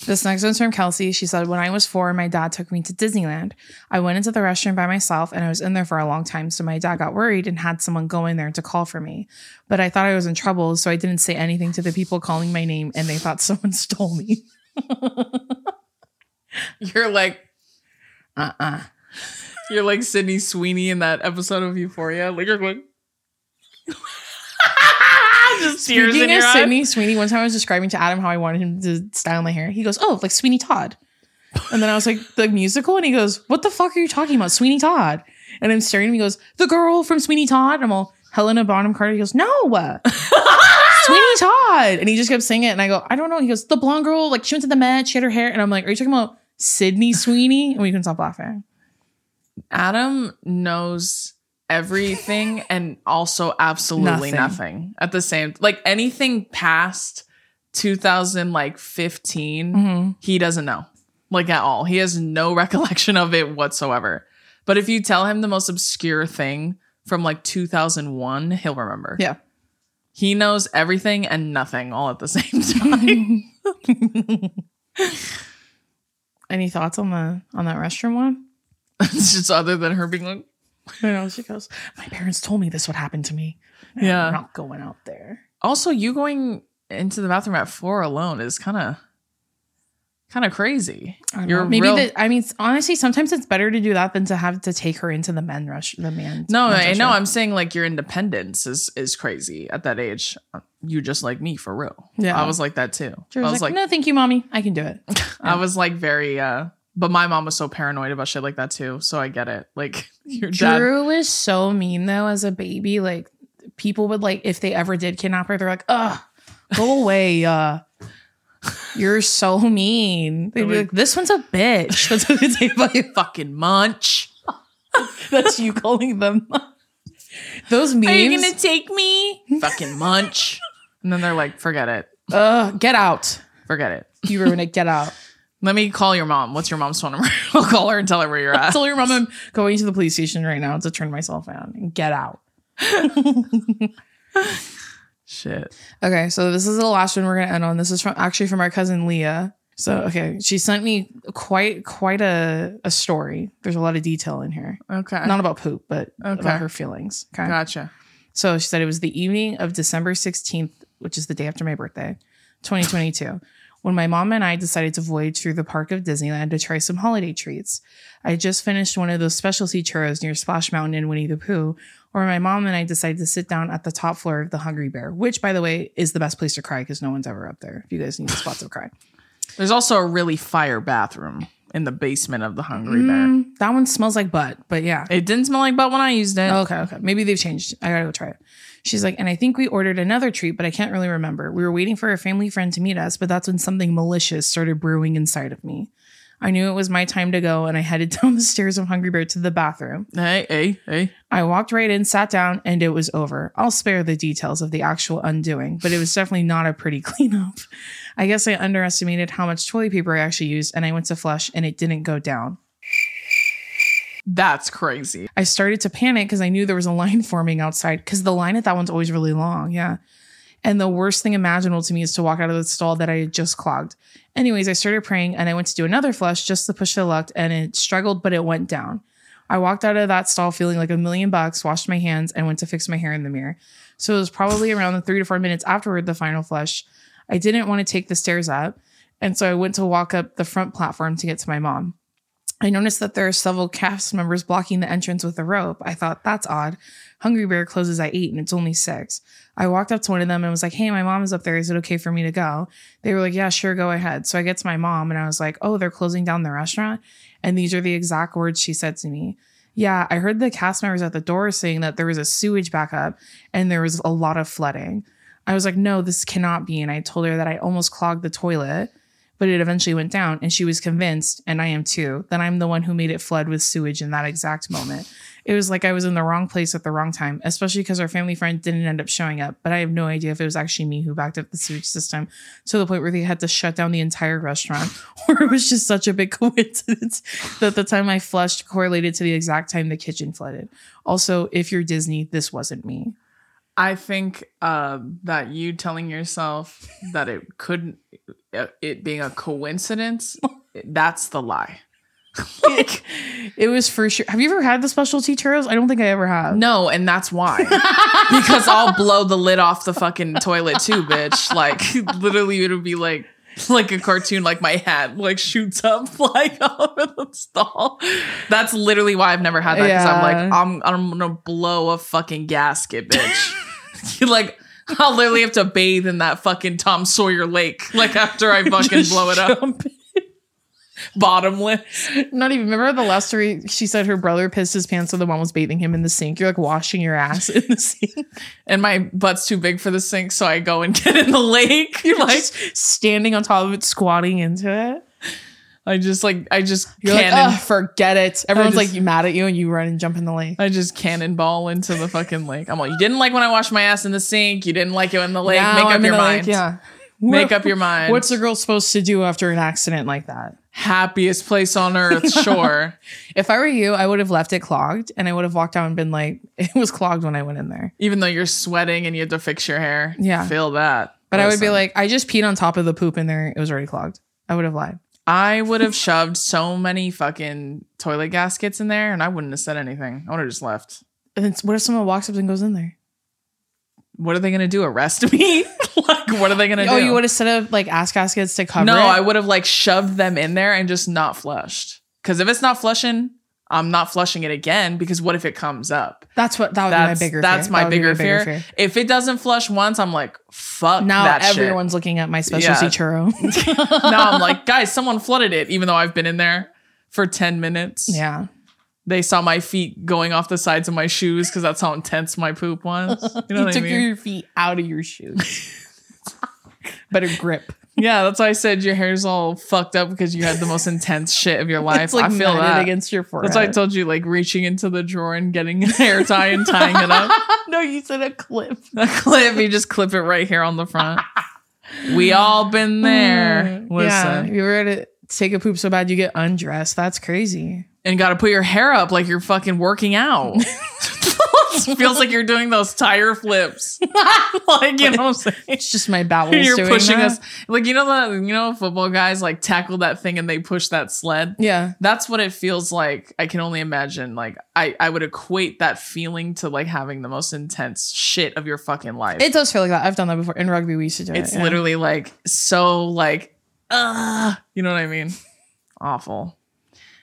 [SPEAKER 3] This next one's from Kelsey. She said, When I was four, my dad took me to Disneyland. I went into the restroom by myself and I was in there for a long time. So my dad got worried and had someone go in there to call for me. But I thought I was in trouble. So I didn't say anything to the people calling my name and they thought someone stole me.
[SPEAKER 2] You're like
[SPEAKER 3] Uh uh
[SPEAKER 2] you're like Sydney Sweeney in that episode of Euphoria. Like you're going just tears
[SPEAKER 3] Speaking
[SPEAKER 2] in your
[SPEAKER 3] of
[SPEAKER 2] eyes.
[SPEAKER 3] Sydney Sweeney, one time I was describing to Adam how I wanted him to style my hair. He goes, "Oh, like Sweeney Todd," and then I was like, "The musical," and he goes, "What the fuck are you talking about, Sweeney Todd?" And I'm staring at him. He goes, "The girl from Sweeney Todd." And I'm all Helena Bonham Carter. He goes, "No, uh, Sweeney Todd," and he just kept saying it. And I go, "I don't know." He goes, "The blonde girl, like she went to the Met, she had her hair," and I'm like, "Are you talking about Sydney Sweeney?" And we couldn't stop laughing.
[SPEAKER 2] Adam knows everything and also absolutely nothing.
[SPEAKER 3] Nothing.
[SPEAKER 2] at the same like anything past 2000 like 15
[SPEAKER 3] Mm-hmm.
[SPEAKER 2] he doesn't know like at all he has no recollection of it whatsoever but if you tell him the most obscure thing from like 2001 he'll remember
[SPEAKER 3] Yeah.
[SPEAKER 2] he knows everything and nothing all at the same time
[SPEAKER 3] Any thoughts on the on that restroom one?
[SPEAKER 2] it's just other than her being like
[SPEAKER 3] You know, she goes, "My parents told me this would happen to me.
[SPEAKER 2] yeah
[SPEAKER 3] I'm not going out there."
[SPEAKER 2] also you going into the bathroom at four alone is kind of kind of crazy
[SPEAKER 3] I don't
[SPEAKER 2] You're
[SPEAKER 3] know. maybe
[SPEAKER 2] real-
[SPEAKER 3] the, I mean s- honestly sometimes it's better to do that than to have to take her into the men rush the man
[SPEAKER 2] no i know i'm saying like your independence is is crazy at that age you just like me for real
[SPEAKER 3] Yeah.
[SPEAKER 2] i was like that too
[SPEAKER 3] she
[SPEAKER 2] i
[SPEAKER 3] was,
[SPEAKER 2] was like,
[SPEAKER 3] like, no thank you mommy i can do it
[SPEAKER 2] i was like very uh but my mom was so paranoid about shit like that too so i get it like your dad
[SPEAKER 3] drew was so mean though as a baby like people would like if they ever did kidnap her they're like ugh go away uh you're so mean they'd be like this one's a bitch that's what they say about you.
[SPEAKER 2] fucking munch
[SPEAKER 3] that's you calling them those memes
[SPEAKER 2] take me fucking munch and then they're like forget it
[SPEAKER 3] ugh get out
[SPEAKER 2] forget it
[SPEAKER 3] you ruined it get out
[SPEAKER 2] let me call your mom what's your mom's phone number i'll call her and tell her where you're at
[SPEAKER 3] tell your mom I'm going to the police station right now to turn myself on and get out.
[SPEAKER 2] shit
[SPEAKER 3] Okay, so this is the last one we're gonna end on. This is from actually from our cousin Leah. So okay, she sent me quite quite a a story. There's a lot of detail in here,
[SPEAKER 2] okay
[SPEAKER 3] not about poop, but
[SPEAKER 2] Okay.
[SPEAKER 3] about her feelings. Okay,
[SPEAKER 2] Gotcha.
[SPEAKER 3] so she said it was the evening of December 16th, which is the day after my birthday, 2022, when my mom and I decided to voyage through the park of Disneyland to try some holiday treats. I had just finished one of those specialty churros near Splash Mountain in Winnie the Pooh, where my mom and I decided to sit down at the top floor of the Hungry Bear, which, by the way, is the best place to cry because no one's ever up there. If you guys need spots to cry,
[SPEAKER 2] There's also a really fire bathroom in the basement of the Hungry
[SPEAKER 3] Mm, that one smells like butt, but yeah.
[SPEAKER 2] Bear. It didn't smell like butt when I used it.
[SPEAKER 3] Oh, Okay, okay. Maybe they've changed. I gotta go try it. She's like, and I think we ordered another treat, but I can't really remember. We were waiting for a family friend to meet us, but that's when something malicious started brewing inside of me. I knew it was my time to go, and I headed down the stairs of Hungry Bear to the bathroom.
[SPEAKER 2] Hey, hey, hey.
[SPEAKER 3] I walked right in, sat down, and it was over. I'll spare the details of the actual undoing, but it was definitely not a pretty cleanup. I guess I underestimated how much toilet paper I actually used, and I went to flush, and it didn't go down.
[SPEAKER 2] That's crazy.
[SPEAKER 3] I started to panic because I knew there was a line forming outside because the line at that one's always really long. Yeah. And the worst thing imaginable to me is to walk out of the stall that I had just clogged. Anyways, I started praying and I went to do another flush just to push the luck and it struggled, but it went down. I walked out of that stall feeling like a million bucks, washed my hands, and went to fix my hair in the mirror. So it was probably around the three to four minutes afterward, the final flush. I didn't want to take the stairs up. And so I went to walk up the front platform to get to my mom. I noticed that there are several cast members blocking the entrance with a rope. I thought, that's odd. Hungry Bear closes at eight and it's only six. I walked up to one of them and was like, hey, my mom is up there. Is it okay for me to go? They were like, yeah, sure, go ahead. So I get to my mom and I was like, oh, they're closing down the restaurant. And these are the exact words she said to me. Yeah, I heard the cast members at the door saying that there was a sewage backup and there was a lot of flooding. I was like, no, this cannot be. And I told her that I almost clogged the toilet but it eventually went down and she was convinced and i am too that i'm the one who made it flood with sewage in that exact moment it was like i was in the wrong place at the wrong time especially because our family friend didn't end up showing up but i have no idea if it was actually me who backed up the sewage system to the point where they had to shut down the entire restaurant or it was just such a big coincidence that the time i flushed correlated to the exact time the kitchen flooded also if you're disney this wasn't me
[SPEAKER 2] I think uh, that you telling yourself that it couldn't, uh, it being a coincidence, that's the lie.
[SPEAKER 3] like, it was for sure have you ever had the specialty churros i don't think i ever have
[SPEAKER 2] No, and that's why. because I'll blow the lid off the fucking toilet too, bitch. Like literally it'll be like like a cartoon, like my hat like shoots up like all over the stall. That's literally why I've never had that because I'm like,
[SPEAKER 3] Yeah.
[SPEAKER 2] I'm I'm gonna blow a fucking gasket, bitch. like I'll literally have to bathe in that fucking Tom Sawyer lake, like after I fucking
[SPEAKER 3] Just
[SPEAKER 2] blow it up. Bottomless.
[SPEAKER 3] not even remember the last story she said her brother pissed his pants so the mom was bathing him in the sink you're like washing your ass in the sink
[SPEAKER 2] And my butt's too big for the sink, so I go and get in the lake.
[SPEAKER 3] you're
[SPEAKER 2] like
[SPEAKER 3] like standing on top of it squatting into it
[SPEAKER 2] I just like I just
[SPEAKER 3] you're
[SPEAKER 2] cannon.
[SPEAKER 3] like "Ugh, forget it everyone's
[SPEAKER 2] just-
[SPEAKER 3] like mad at you and you run and jump in the lake
[SPEAKER 2] I just cannonball into the fucking lake. I'm like, you didn't like when I washed my ass in the sink. You didn't like it in the lake.
[SPEAKER 3] Now
[SPEAKER 2] Make up
[SPEAKER 3] I'm in
[SPEAKER 2] your
[SPEAKER 3] the lake,
[SPEAKER 2] mind.
[SPEAKER 3] yeah
[SPEAKER 2] Make
[SPEAKER 3] What-
[SPEAKER 2] up your mind.
[SPEAKER 3] what's a girl supposed to do after an accident like that
[SPEAKER 2] happiest place on earth? Sure.
[SPEAKER 3] if i were you i would have left it clogged and i would have walked out and been like it was clogged when i went in there
[SPEAKER 2] Even though you're sweating and you have to fix your hair.
[SPEAKER 3] Yeah.
[SPEAKER 2] Feel that.
[SPEAKER 3] But I would be
[SPEAKER 2] Listen,
[SPEAKER 3] like, I just peed on top of the poop in there. It was already clogged. I would have lied.
[SPEAKER 2] I would have shoved so many fucking toilet gaskets in there and I wouldn't have said anything. I would have just left.
[SPEAKER 3] And then what if someone walks up and goes in there?
[SPEAKER 2] What are they gonna do? Arrest me? like, what are they gonna
[SPEAKER 3] oh,
[SPEAKER 2] do?
[SPEAKER 3] you would have set up like ass gaskets to cover
[SPEAKER 2] No,
[SPEAKER 3] it?
[SPEAKER 2] I would have like shoved them in there and just not flushed. Because if it's not flushing, I'm not flushing it again. Because what if it comes up?
[SPEAKER 3] That's what that would
[SPEAKER 2] That's
[SPEAKER 3] be my bigger.
[SPEAKER 2] that's
[SPEAKER 3] fear.
[SPEAKER 2] my
[SPEAKER 3] That would be
[SPEAKER 2] bigger, fear. If it doesn't flush once, I'm like, fuck.
[SPEAKER 3] Now
[SPEAKER 2] that shit.
[SPEAKER 3] everyone's looking at my specialty
[SPEAKER 2] Yeah.
[SPEAKER 3] churro.
[SPEAKER 2] now I'm like, guys, someone flooded it. Even though I've been in there for ten minutes.
[SPEAKER 3] yeah,
[SPEAKER 2] They saw my feet going off the sides of my shoes because that's how intense my poop was. You know
[SPEAKER 3] you
[SPEAKER 2] what I
[SPEAKER 3] took
[SPEAKER 2] mean?
[SPEAKER 3] your feet out of your shoes. Better grip.
[SPEAKER 2] yeah, that's why I said your hair's all fucked up because you had the most intense shit of your life.
[SPEAKER 3] It's like
[SPEAKER 2] I feel
[SPEAKER 3] matted
[SPEAKER 2] that.
[SPEAKER 3] against your forehead.
[SPEAKER 2] That's why I told you, like reaching into the drawer and getting a hair tie and tying it up.
[SPEAKER 3] no, you said a clip.
[SPEAKER 2] a clip, you just clip it right here on the front. We all been there.
[SPEAKER 3] Mm, Yeah,
[SPEAKER 2] Listen.
[SPEAKER 3] you were to take a poop so bad you get undressed. That's crazy.
[SPEAKER 2] And gotta put your hair up like you're fucking working out. Feels like you're doing those tire flips. like, you know what I'm saying?
[SPEAKER 3] It's just my bowels.
[SPEAKER 2] You're
[SPEAKER 3] doing
[SPEAKER 2] pushing
[SPEAKER 3] that.
[SPEAKER 2] us like you know the you know football guys like tackle that thing and they push that sled.
[SPEAKER 3] Yeah.
[SPEAKER 2] That's what it feels like. I can only imagine. Like I, I would equate that feeling to like having the most intense shit of your fucking life.
[SPEAKER 3] It does feel like that. I've done that before. In rugby, we used to do it.
[SPEAKER 2] It's
[SPEAKER 3] yeah.
[SPEAKER 2] literally like so like uh you know what I mean? Awful.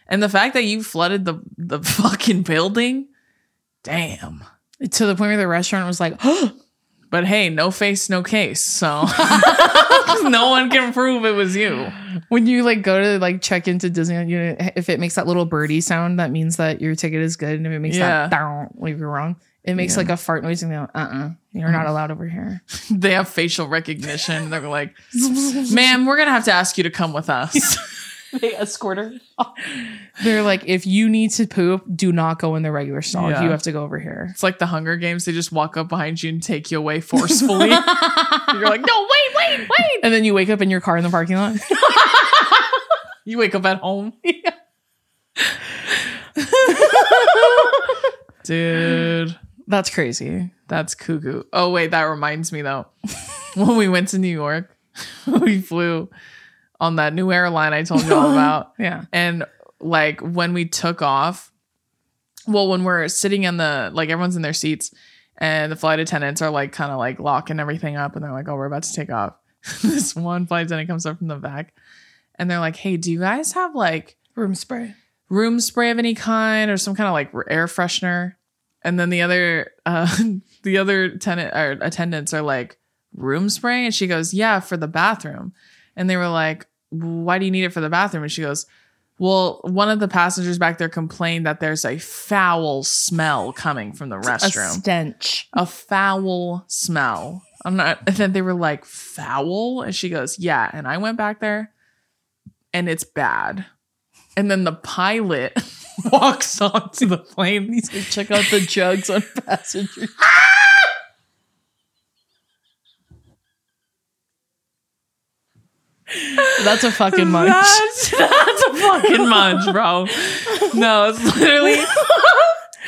[SPEAKER 2] And the fact that you flooded the the fucking building, damn.
[SPEAKER 3] to the point where the restaurant was like, "Oh,
[SPEAKER 2] But hey, no face, no case. So no one can prove it was you.
[SPEAKER 3] when you like go to like check into Disneyland, you know, if it makes that little birdie sound, that means that your ticket is good. And if it makes
[SPEAKER 2] Yeah.
[SPEAKER 3] that, down, like you're wrong. It makes like a fart noise and they're like, uh-uh, you're not allowed over here.
[SPEAKER 2] They have facial recognition. They're like, ma'am, we're gonna have to ask you to come with us.
[SPEAKER 3] they escort her. They're like, if you need to poop, do not go in the regular stall.
[SPEAKER 2] Yeah.
[SPEAKER 3] You have to go over here.
[SPEAKER 2] It's like the Hunger Games. They just walk up behind you and take you away forcefully. You're like, no, wait, wait, wait.
[SPEAKER 3] And then you wake up in your car in the parking lot.
[SPEAKER 2] You wake up at home. Dude,
[SPEAKER 3] That's crazy.
[SPEAKER 2] that's cuckoo. Oh, wait, that reminds me though. when we went to New York, we flew on that new airline I told you all about.
[SPEAKER 3] Yeah.
[SPEAKER 2] And like when we took off, well, when we're sitting in the like everyone's in their seats and the flight attendants are like kind of like locking everything up and they're like, oh, we're about to take off. this one flight attendant comes up from the back and they're like, hey, do you guys have like
[SPEAKER 3] Room spray.
[SPEAKER 2] room spray of any kind or some kind of like air freshener? And then the other uh, the other tenant or attendants are like, room spray? And she goes, yeah, for the bathroom. And they were like, why do you need it for the bathroom? And she goes, well, one of the passengers back there complained that there's a foul smell coming from the
[SPEAKER 3] A
[SPEAKER 2] restroom
[SPEAKER 3] stench.
[SPEAKER 2] a foul smell. I'm not. And then they were like foul, and she goes, "Yeah." And I went back there, and it's bad. And then the pilot walks onto the plane. And he's like,
[SPEAKER 3] Check out the jugs on passengers. That's a fucking munch.
[SPEAKER 2] That's, that's a fucking munch, bro. No, it's literally,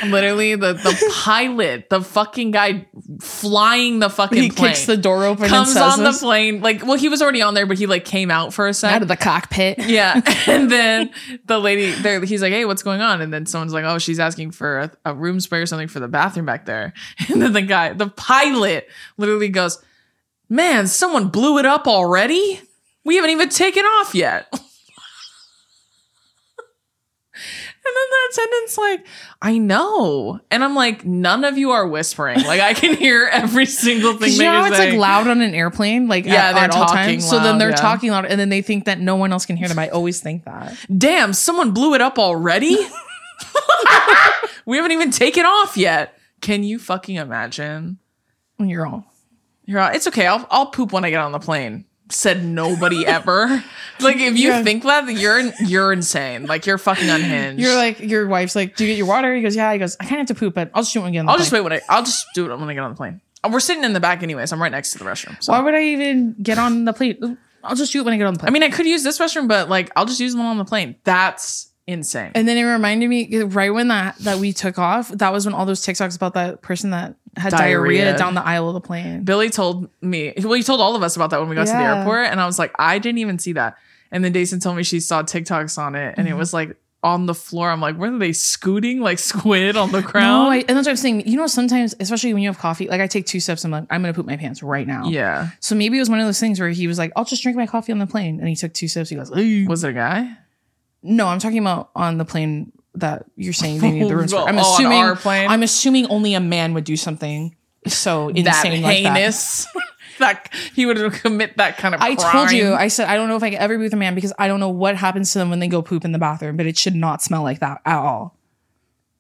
[SPEAKER 2] literally the the pilot, the fucking guy flying the fucking
[SPEAKER 3] he
[SPEAKER 2] plane.
[SPEAKER 3] kicks the door open
[SPEAKER 2] comes
[SPEAKER 3] and says
[SPEAKER 2] on the
[SPEAKER 3] this.
[SPEAKER 2] plane like well he was already on there but he like came out for a second
[SPEAKER 3] out of the cockpit.
[SPEAKER 2] Yeah. And then the lady there, he's like, Hey, what's going on? And then someone's like, Oh, she's asking for a, a room spray or something for the bathroom back there. And then the guy, the pilot, literally goes, Man, someone blew it up already. We haven't even taken off yet. and then the attendant's like, I know. And I'm like, none of you are whispering. Like I can hear every single thing.
[SPEAKER 3] Because you know
[SPEAKER 2] they
[SPEAKER 3] how
[SPEAKER 2] say.
[SPEAKER 3] it's like loud on an airplane, like
[SPEAKER 2] Yeah,
[SPEAKER 3] at,
[SPEAKER 2] they're
[SPEAKER 3] at all
[SPEAKER 2] talking
[SPEAKER 3] times. so then
[SPEAKER 2] loud,
[SPEAKER 3] they're
[SPEAKER 2] yeah.
[SPEAKER 3] talking loud, and then they think that no one else can hear them. I always think that.
[SPEAKER 2] damn, someone blew it up already? we haven't even taken off yet. Can you fucking imagine?
[SPEAKER 3] You're all
[SPEAKER 2] You're all, it's okay. I'll, I'll poop when I get on the plane. Said nobody ever. like if you think that, then you're you're insane. Like you're fucking unhinged.
[SPEAKER 3] You're like your wife's like, do you get your water? He goes, yeah. He goes, I kind of have to poop, but I'll just do it again.
[SPEAKER 2] I'll just wait when I I'll just do it when I get on the plane. And We're sitting in the back anyway, so I'm right next to the restroom. So
[SPEAKER 3] Why would I even get on the plate? Oop, I'll just do it when I get on the plane.
[SPEAKER 2] I mean, I could use this restroom, but like I'll just use the one on the plane. That's insane.
[SPEAKER 3] and then it reminded me right when that that we took off. That was when all those TikToks about that person that had diarrhea,
[SPEAKER 2] Diarrhea.
[SPEAKER 3] down the aisle of the plane.
[SPEAKER 2] Billy told me, well, he told all of us about that when we got to
[SPEAKER 3] Yeah.
[SPEAKER 2] the airport. And I was like, I didn't even see that. And then Dason told me she saw TikToks on it
[SPEAKER 3] Mm-hmm.
[SPEAKER 2] and it was like on the floor. I'm like, were they scooting like squid on the ground?
[SPEAKER 3] No, I, and that's what I'm saying. You know, sometimes, especially when you have coffee, like I take two sips, I'm like, I'm gonna poop my pants right now.
[SPEAKER 2] yeah.
[SPEAKER 3] So maybe it was one of those things where he was like, I'll just drink my coffee on the plane, and he took two sips. He goes, "Ugh."
[SPEAKER 2] Was it a guy?
[SPEAKER 3] No, I'm talking about on the plane that you're saying they need the room
[SPEAKER 2] Oh,
[SPEAKER 3] spray. I'm
[SPEAKER 2] on
[SPEAKER 3] assuming
[SPEAKER 2] our plane?
[SPEAKER 3] I'm assuming only a man would do something so insane
[SPEAKER 2] that
[SPEAKER 3] like that.
[SPEAKER 2] heinous. that he would commit that kind of
[SPEAKER 3] I
[SPEAKER 2] crime.
[SPEAKER 3] told you, I said I don't know if I could ever be with a man because I don't know what happens to them when they go poop in the bathroom, but it should not smell like that at all.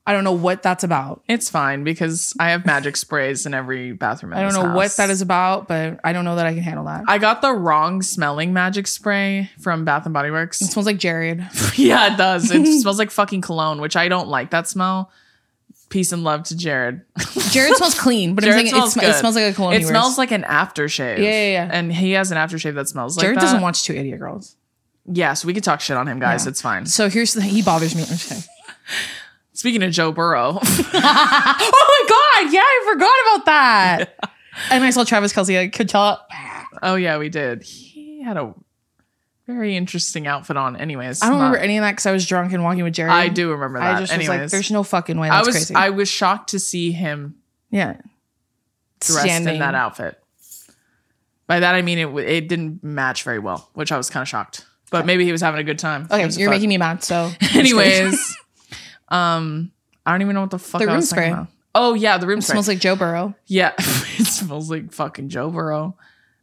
[SPEAKER 3] I don't know what that's about.
[SPEAKER 2] It's fine because I have magic sprays in every bathroom. in
[SPEAKER 3] I don't
[SPEAKER 2] this
[SPEAKER 3] know what
[SPEAKER 2] house.
[SPEAKER 3] that is about, but I don't know that I can handle that.
[SPEAKER 2] I got the wrong smelling magic spray from Bath and Body Works.
[SPEAKER 3] it smells like Jared.
[SPEAKER 2] Yeah, it does. It smells like fucking cologne, which I don't like that smell. Peace and love to Jared.
[SPEAKER 3] Jared smells clean, but
[SPEAKER 2] Jared
[SPEAKER 3] I'm saying it, sm- it
[SPEAKER 2] good.
[SPEAKER 3] smells like a cologne.
[SPEAKER 2] It
[SPEAKER 3] he wears.
[SPEAKER 2] smells like an aftershave.
[SPEAKER 3] Yeah, yeah, yeah.
[SPEAKER 2] And he has an aftershave that smells like
[SPEAKER 3] Jared
[SPEAKER 2] that.
[SPEAKER 3] doesn't watch Two Idiot Girls.
[SPEAKER 2] Yeah, so we could talk shit on him, guys. It's fine.
[SPEAKER 3] So here's the he bothers me. I'm just kidding.
[SPEAKER 2] Speaking of Joe Burrow,
[SPEAKER 3] Oh my god, yeah, I forgot about that. And I saw Travis Kelsey at Coachella.
[SPEAKER 2] oh yeah, we did. He had a very interesting outfit on. Anyways,
[SPEAKER 3] I don't
[SPEAKER 2] not-
[SPEAKER 3] remember any of that because I was drunk and walking with Jerry.
[SPEAKER 2] I do remember that.
[SPEAKER 3] I just
[SPEAKER 2] Anyways,
[SPEAKER 3] was like, "There's no fucking way."
[SPEAKER 2] I
[SPEAKER 3] That's
[SPEAKER 2] was
[SPEAKER 3] crazy.
[SPEAKER 2] I was shocked to see him
[SPEAKER 3] yeah,
[SPEAKER 2] dressed in that outfit. By that I mean it. w- It didn't match very well, which I was kind of shocked. But maybe he was having a good time. Who
[SPEAKER 3] Okay,
[SPEAKER 2] gives a
[SPEAKER 3] you're
[SPEAKER 2] fuck?
[SPEAKER 3] making me mad. So,
[SPEAKER 2] Anyways, um, I don't even know what the fuck
[SPEAKER 3] The
[SPEAKER 2] I
[SPEAKER 3] room
[SPEAKER 2] was talking
[SPEAKER 3] spray.
[SPEAKER 2] about. Oh yeah, the room
[SPEAKER 3] it
[SPEAKER 2] spray.
[SPEAKER 3] smells like Joe Burrow.
[SPEAKER 2] yeah, it smells like fucking Joe Burrow.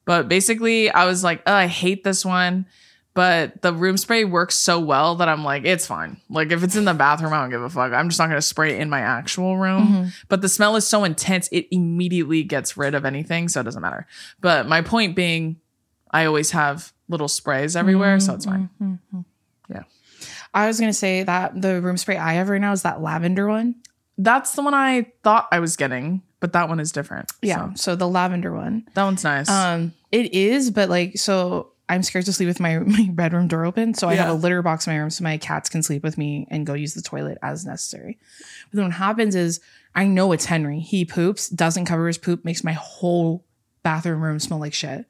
[SPEAKER 2] But basically, I was like, oh, I hate this one. But the room spray works so well that I'm like, it's fine. Like if it's in the bathroom, I don't give a fuck. I'm just not gonna spray it in my actual room. But the smell is so intense, it immediately gets rid of anything, so it doesn't matter. But my point being, I always have little sprays everywhere, so it's fine. Yeah.
[SPEAKER 3] I was gonna say that the room spray I have right now is that lavender one.
[SPEAKER 2] That's the one I thought I was getting, but that one is different.
[SPEAKER 3] Yeah.
[SPEAKER 2] So,
[SPEAKER 3] So, the lavender one.
[SPEAKER 2] that one's nice.
[SPEAKER 3] Um, it is, but like so I'm scared to sleep with my, my bedroom door open. So I
[SPEAKER 2] Yeah.
[SPEAKER 3] have a litter box in my room so my cats can sleep with me and go use the toilet as necessary. But then what happens is I know it's Henry. He poops, doesn't cover his poop, makes my whole bathroom room smell like shit.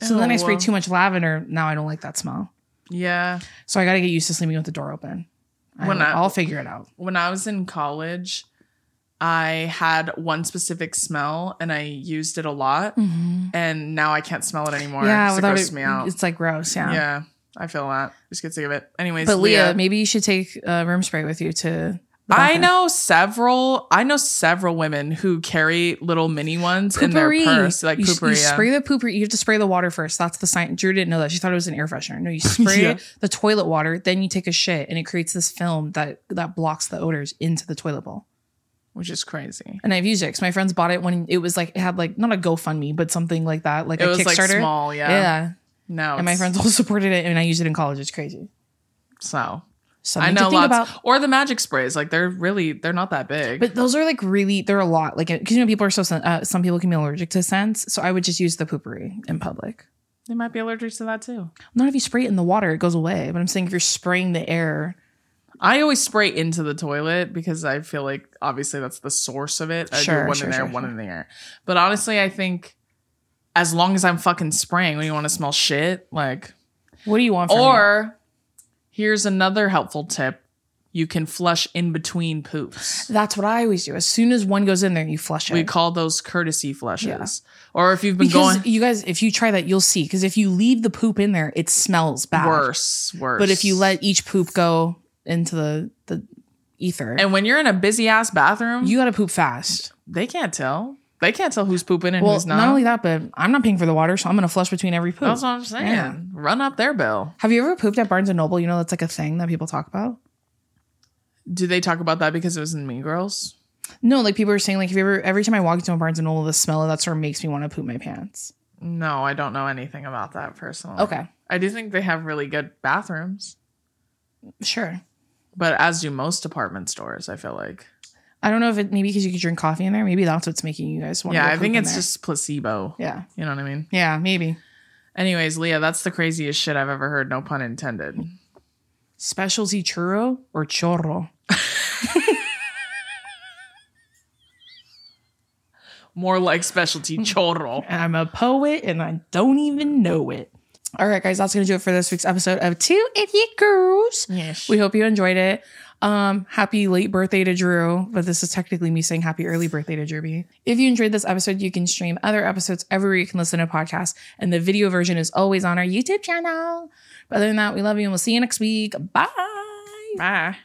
[SPEAKER 3] So then I
[SPEAKER 2] Ew.
[SPEAKER 3] spray too much lavender. Now I don't like that smell.
[SPEAKER 2] yeah.
[SPEAKER 3] So I gotta get used to sleeping with the door open. I,
[SPEAKER 2] When I-
[SPEAKER 3] I'll figure it out.
[SPEAKER 2] When I was in college, I had one specific smell and I used it a lot, and now I can't smell it anymore.
[SPEAKER 3] Mm-hmm. yeah,
[SPEAKER 2] 'cause it
[SPEAKER 3] without
[SPEAKER 2] grosses
[SPEAKER 3] it,
[SPEAKER 2] me out.
[SPEAKER 3] it's like gross. Yeah.
[SPEAKER 2] Yeah, I feel that. Just get sick of it. Anyways,
[SPEAKER 3] But Leah, maybe you should take uh, room spray with you to. the
[SPEAKER 2] I
[SPEAKER 3] bathroom.
[SPEAKER 2] know several. I know several women who carry little mini ones in their
[SPEAKER 3] Poopery.
[SPEAKER 2] purse, like
[SPEAKER 3] you, s-
[SPEAKER 2] poopery.
[SPEAKER 3] You
[SPEAKER 2] yeah.
[SPEAKER 3] spray the pooper. You have to spray the water first. That's the sign. Drew didn't know that. She thought it was an air freshener. No, you spray
[SPEAKER 2] Yeah.
[SPEAKER 3] the toilet water, then you take a shit, and it creates this film that that blocks the odors into the toilet bowl.
[SPEAKER 2] which is crazy.
[SPEAKER 3] And I've used it because my friends bought it when it was like it had like not a GoFundMe, but something like that, like
[SPEAKER 2] It
[SPEAKER 3] a
[SPEAKER 2] was like
[SPEAKER 3] Kickstarter.
[SPEAKER 2] small, yeah.
[SPEAKER 3] yeah.
[SPEAKER 2] No,
[SPEAKER 3] And my
[SPEAKER 2] it's-
[SPEAKER 3] friends all supported it, and I used it in college. It's crazy.
[SPEAKER 2] So
[SPEAKER 3] Something
[SPEAKER 2] I know
[SPEAKER 3] to think
[SPEAKER 2] lots.
[SPEAKER 3] about.
[SPEAKER 2] Or the magic sprays, like they're really they're not that big.
[SPEAKER 3] But those are like really, they're a lot. Like, because you know, people are so, sen- uh, some people can be allergic to scents. So I would just use the poopery in public.
[SPEAKER 2] they might be allergic to that too.
[SPEAKER 3] Not if you spray it in the water, it goes away. But I'm saying if you're spraying the air,
[SPEAKER 2] I always spray into the toilet because I feel like obviously that's the source of it. I
[SPEAKER 3] Sure,
[SPEAKER 2] do one
[SPEAKER 3] sure,
[SPEAKER 2] in there,
[SPEAKER 3] sure,
[SPEAKER 2] one
[SPEAKER 3] sure.
[SPEAKER 2] in the air. But honestly, I think as long as I'm fucking spraying, when you want to smell shit, like
[SPEAKER 3] what do you want from it?
[SPEAKER 2] Or here's another helpful tip. You can flush in between poops.
[SPEAKER 3] That's what I always do. As soon as one goes in there, you flush it.
[SPEAKER 2] We call those courtesy flushes. Or if you've been
[SPEAKER 3] because
[SPEAKER 2] going
[SPEAKER 3] you guys, if you try that, you'll see. Because if you leave the poop in there, it smells bad.
[SPEAKER 2] worse, worse.
[SPEAKER 3] But if you let each poop go into the, the ether,
[SPEAKER 2] and when you're in a busy ass bathroom,
[SPEAKER 3] you got to poop fast.
[SPEAKER 2] they can't tell. They can't tell who's pooping and
[SPEAKER 3] Well,
[SPEAKER 2] who's
[SPEAKER 3] not.
[SPEAKER 2] not.
[SPEAKER 3] only that, but I'm not paying for the water, so I'm going to flush between every poop.
[SPEAKER 2] That's what I'm saying.
[SPEAKER 3] Yeah.
[SPEAKER 2] Run up their bill.
[SPEAKER 3] Have you ever pooped at Barnes and Noble? You know that's like a thing that people talk about.
[SPEAKER 2] Do they talk about that because it was in Mean Girls?
[SPEAKER 3] No, like people are saying, like if you ever every time I walk into a Barnes and Noble, the smell of that store makes me want to poop my pants.
[SPEAKER 2] No, I don't know anything about that personally.
[SPEAKER 3] Okay,
[SPEAKER 2] I do think they have really good bathrooms,
[SPEAKER 3] sure.
[SPEAKER 2] but as do most department stores, I feel like.
[SPEAKER 3] I don't know if it maybe because you could drink coffee in there. Maybe that's what's making you guys want.
[SPEAKER 2] yeah,
[SPEAKER 3] to
[SPEAKER 2] I
[SPEAKER 3] poop
[SPEAKER 2] think
[SPEAKER 3] in
[SPEAKER 2] it's
[SPEAKER 3] there.
[SPEAKER 2] just placebo.
[SPEAKER 3] yeah,
[SPEAKER 2] You know what I mean?
[SPEAKER 3] yeah, maybe
[SPEAKER 2] Anyways, Leah, that's the craziest shit I've ever heard. No pun intended.
[SPEAKER 3] specialty churro or chorro.
[SPEAKER 2] More like specialty chorro.
[SPEAKER 3] And I'm a poet, and I don't even know it. All right, guys, that's gonna do it for this week's episode of Two Idiot Girls.
[SPEAKER 2] Yes.
[SPEAKER 3] We hope you enjoyed it. Um, happy late birthday to Drew, but this is technically me saying happy early birthday to Drew. B. If you enjoyed this episode, you can stream other episodes everywhere you can listen to podcasts, and the video version is always on our YouTube channel. But other than that, we love you, and we'll see you next week. Bye.
[SPEAKER 2] Bye.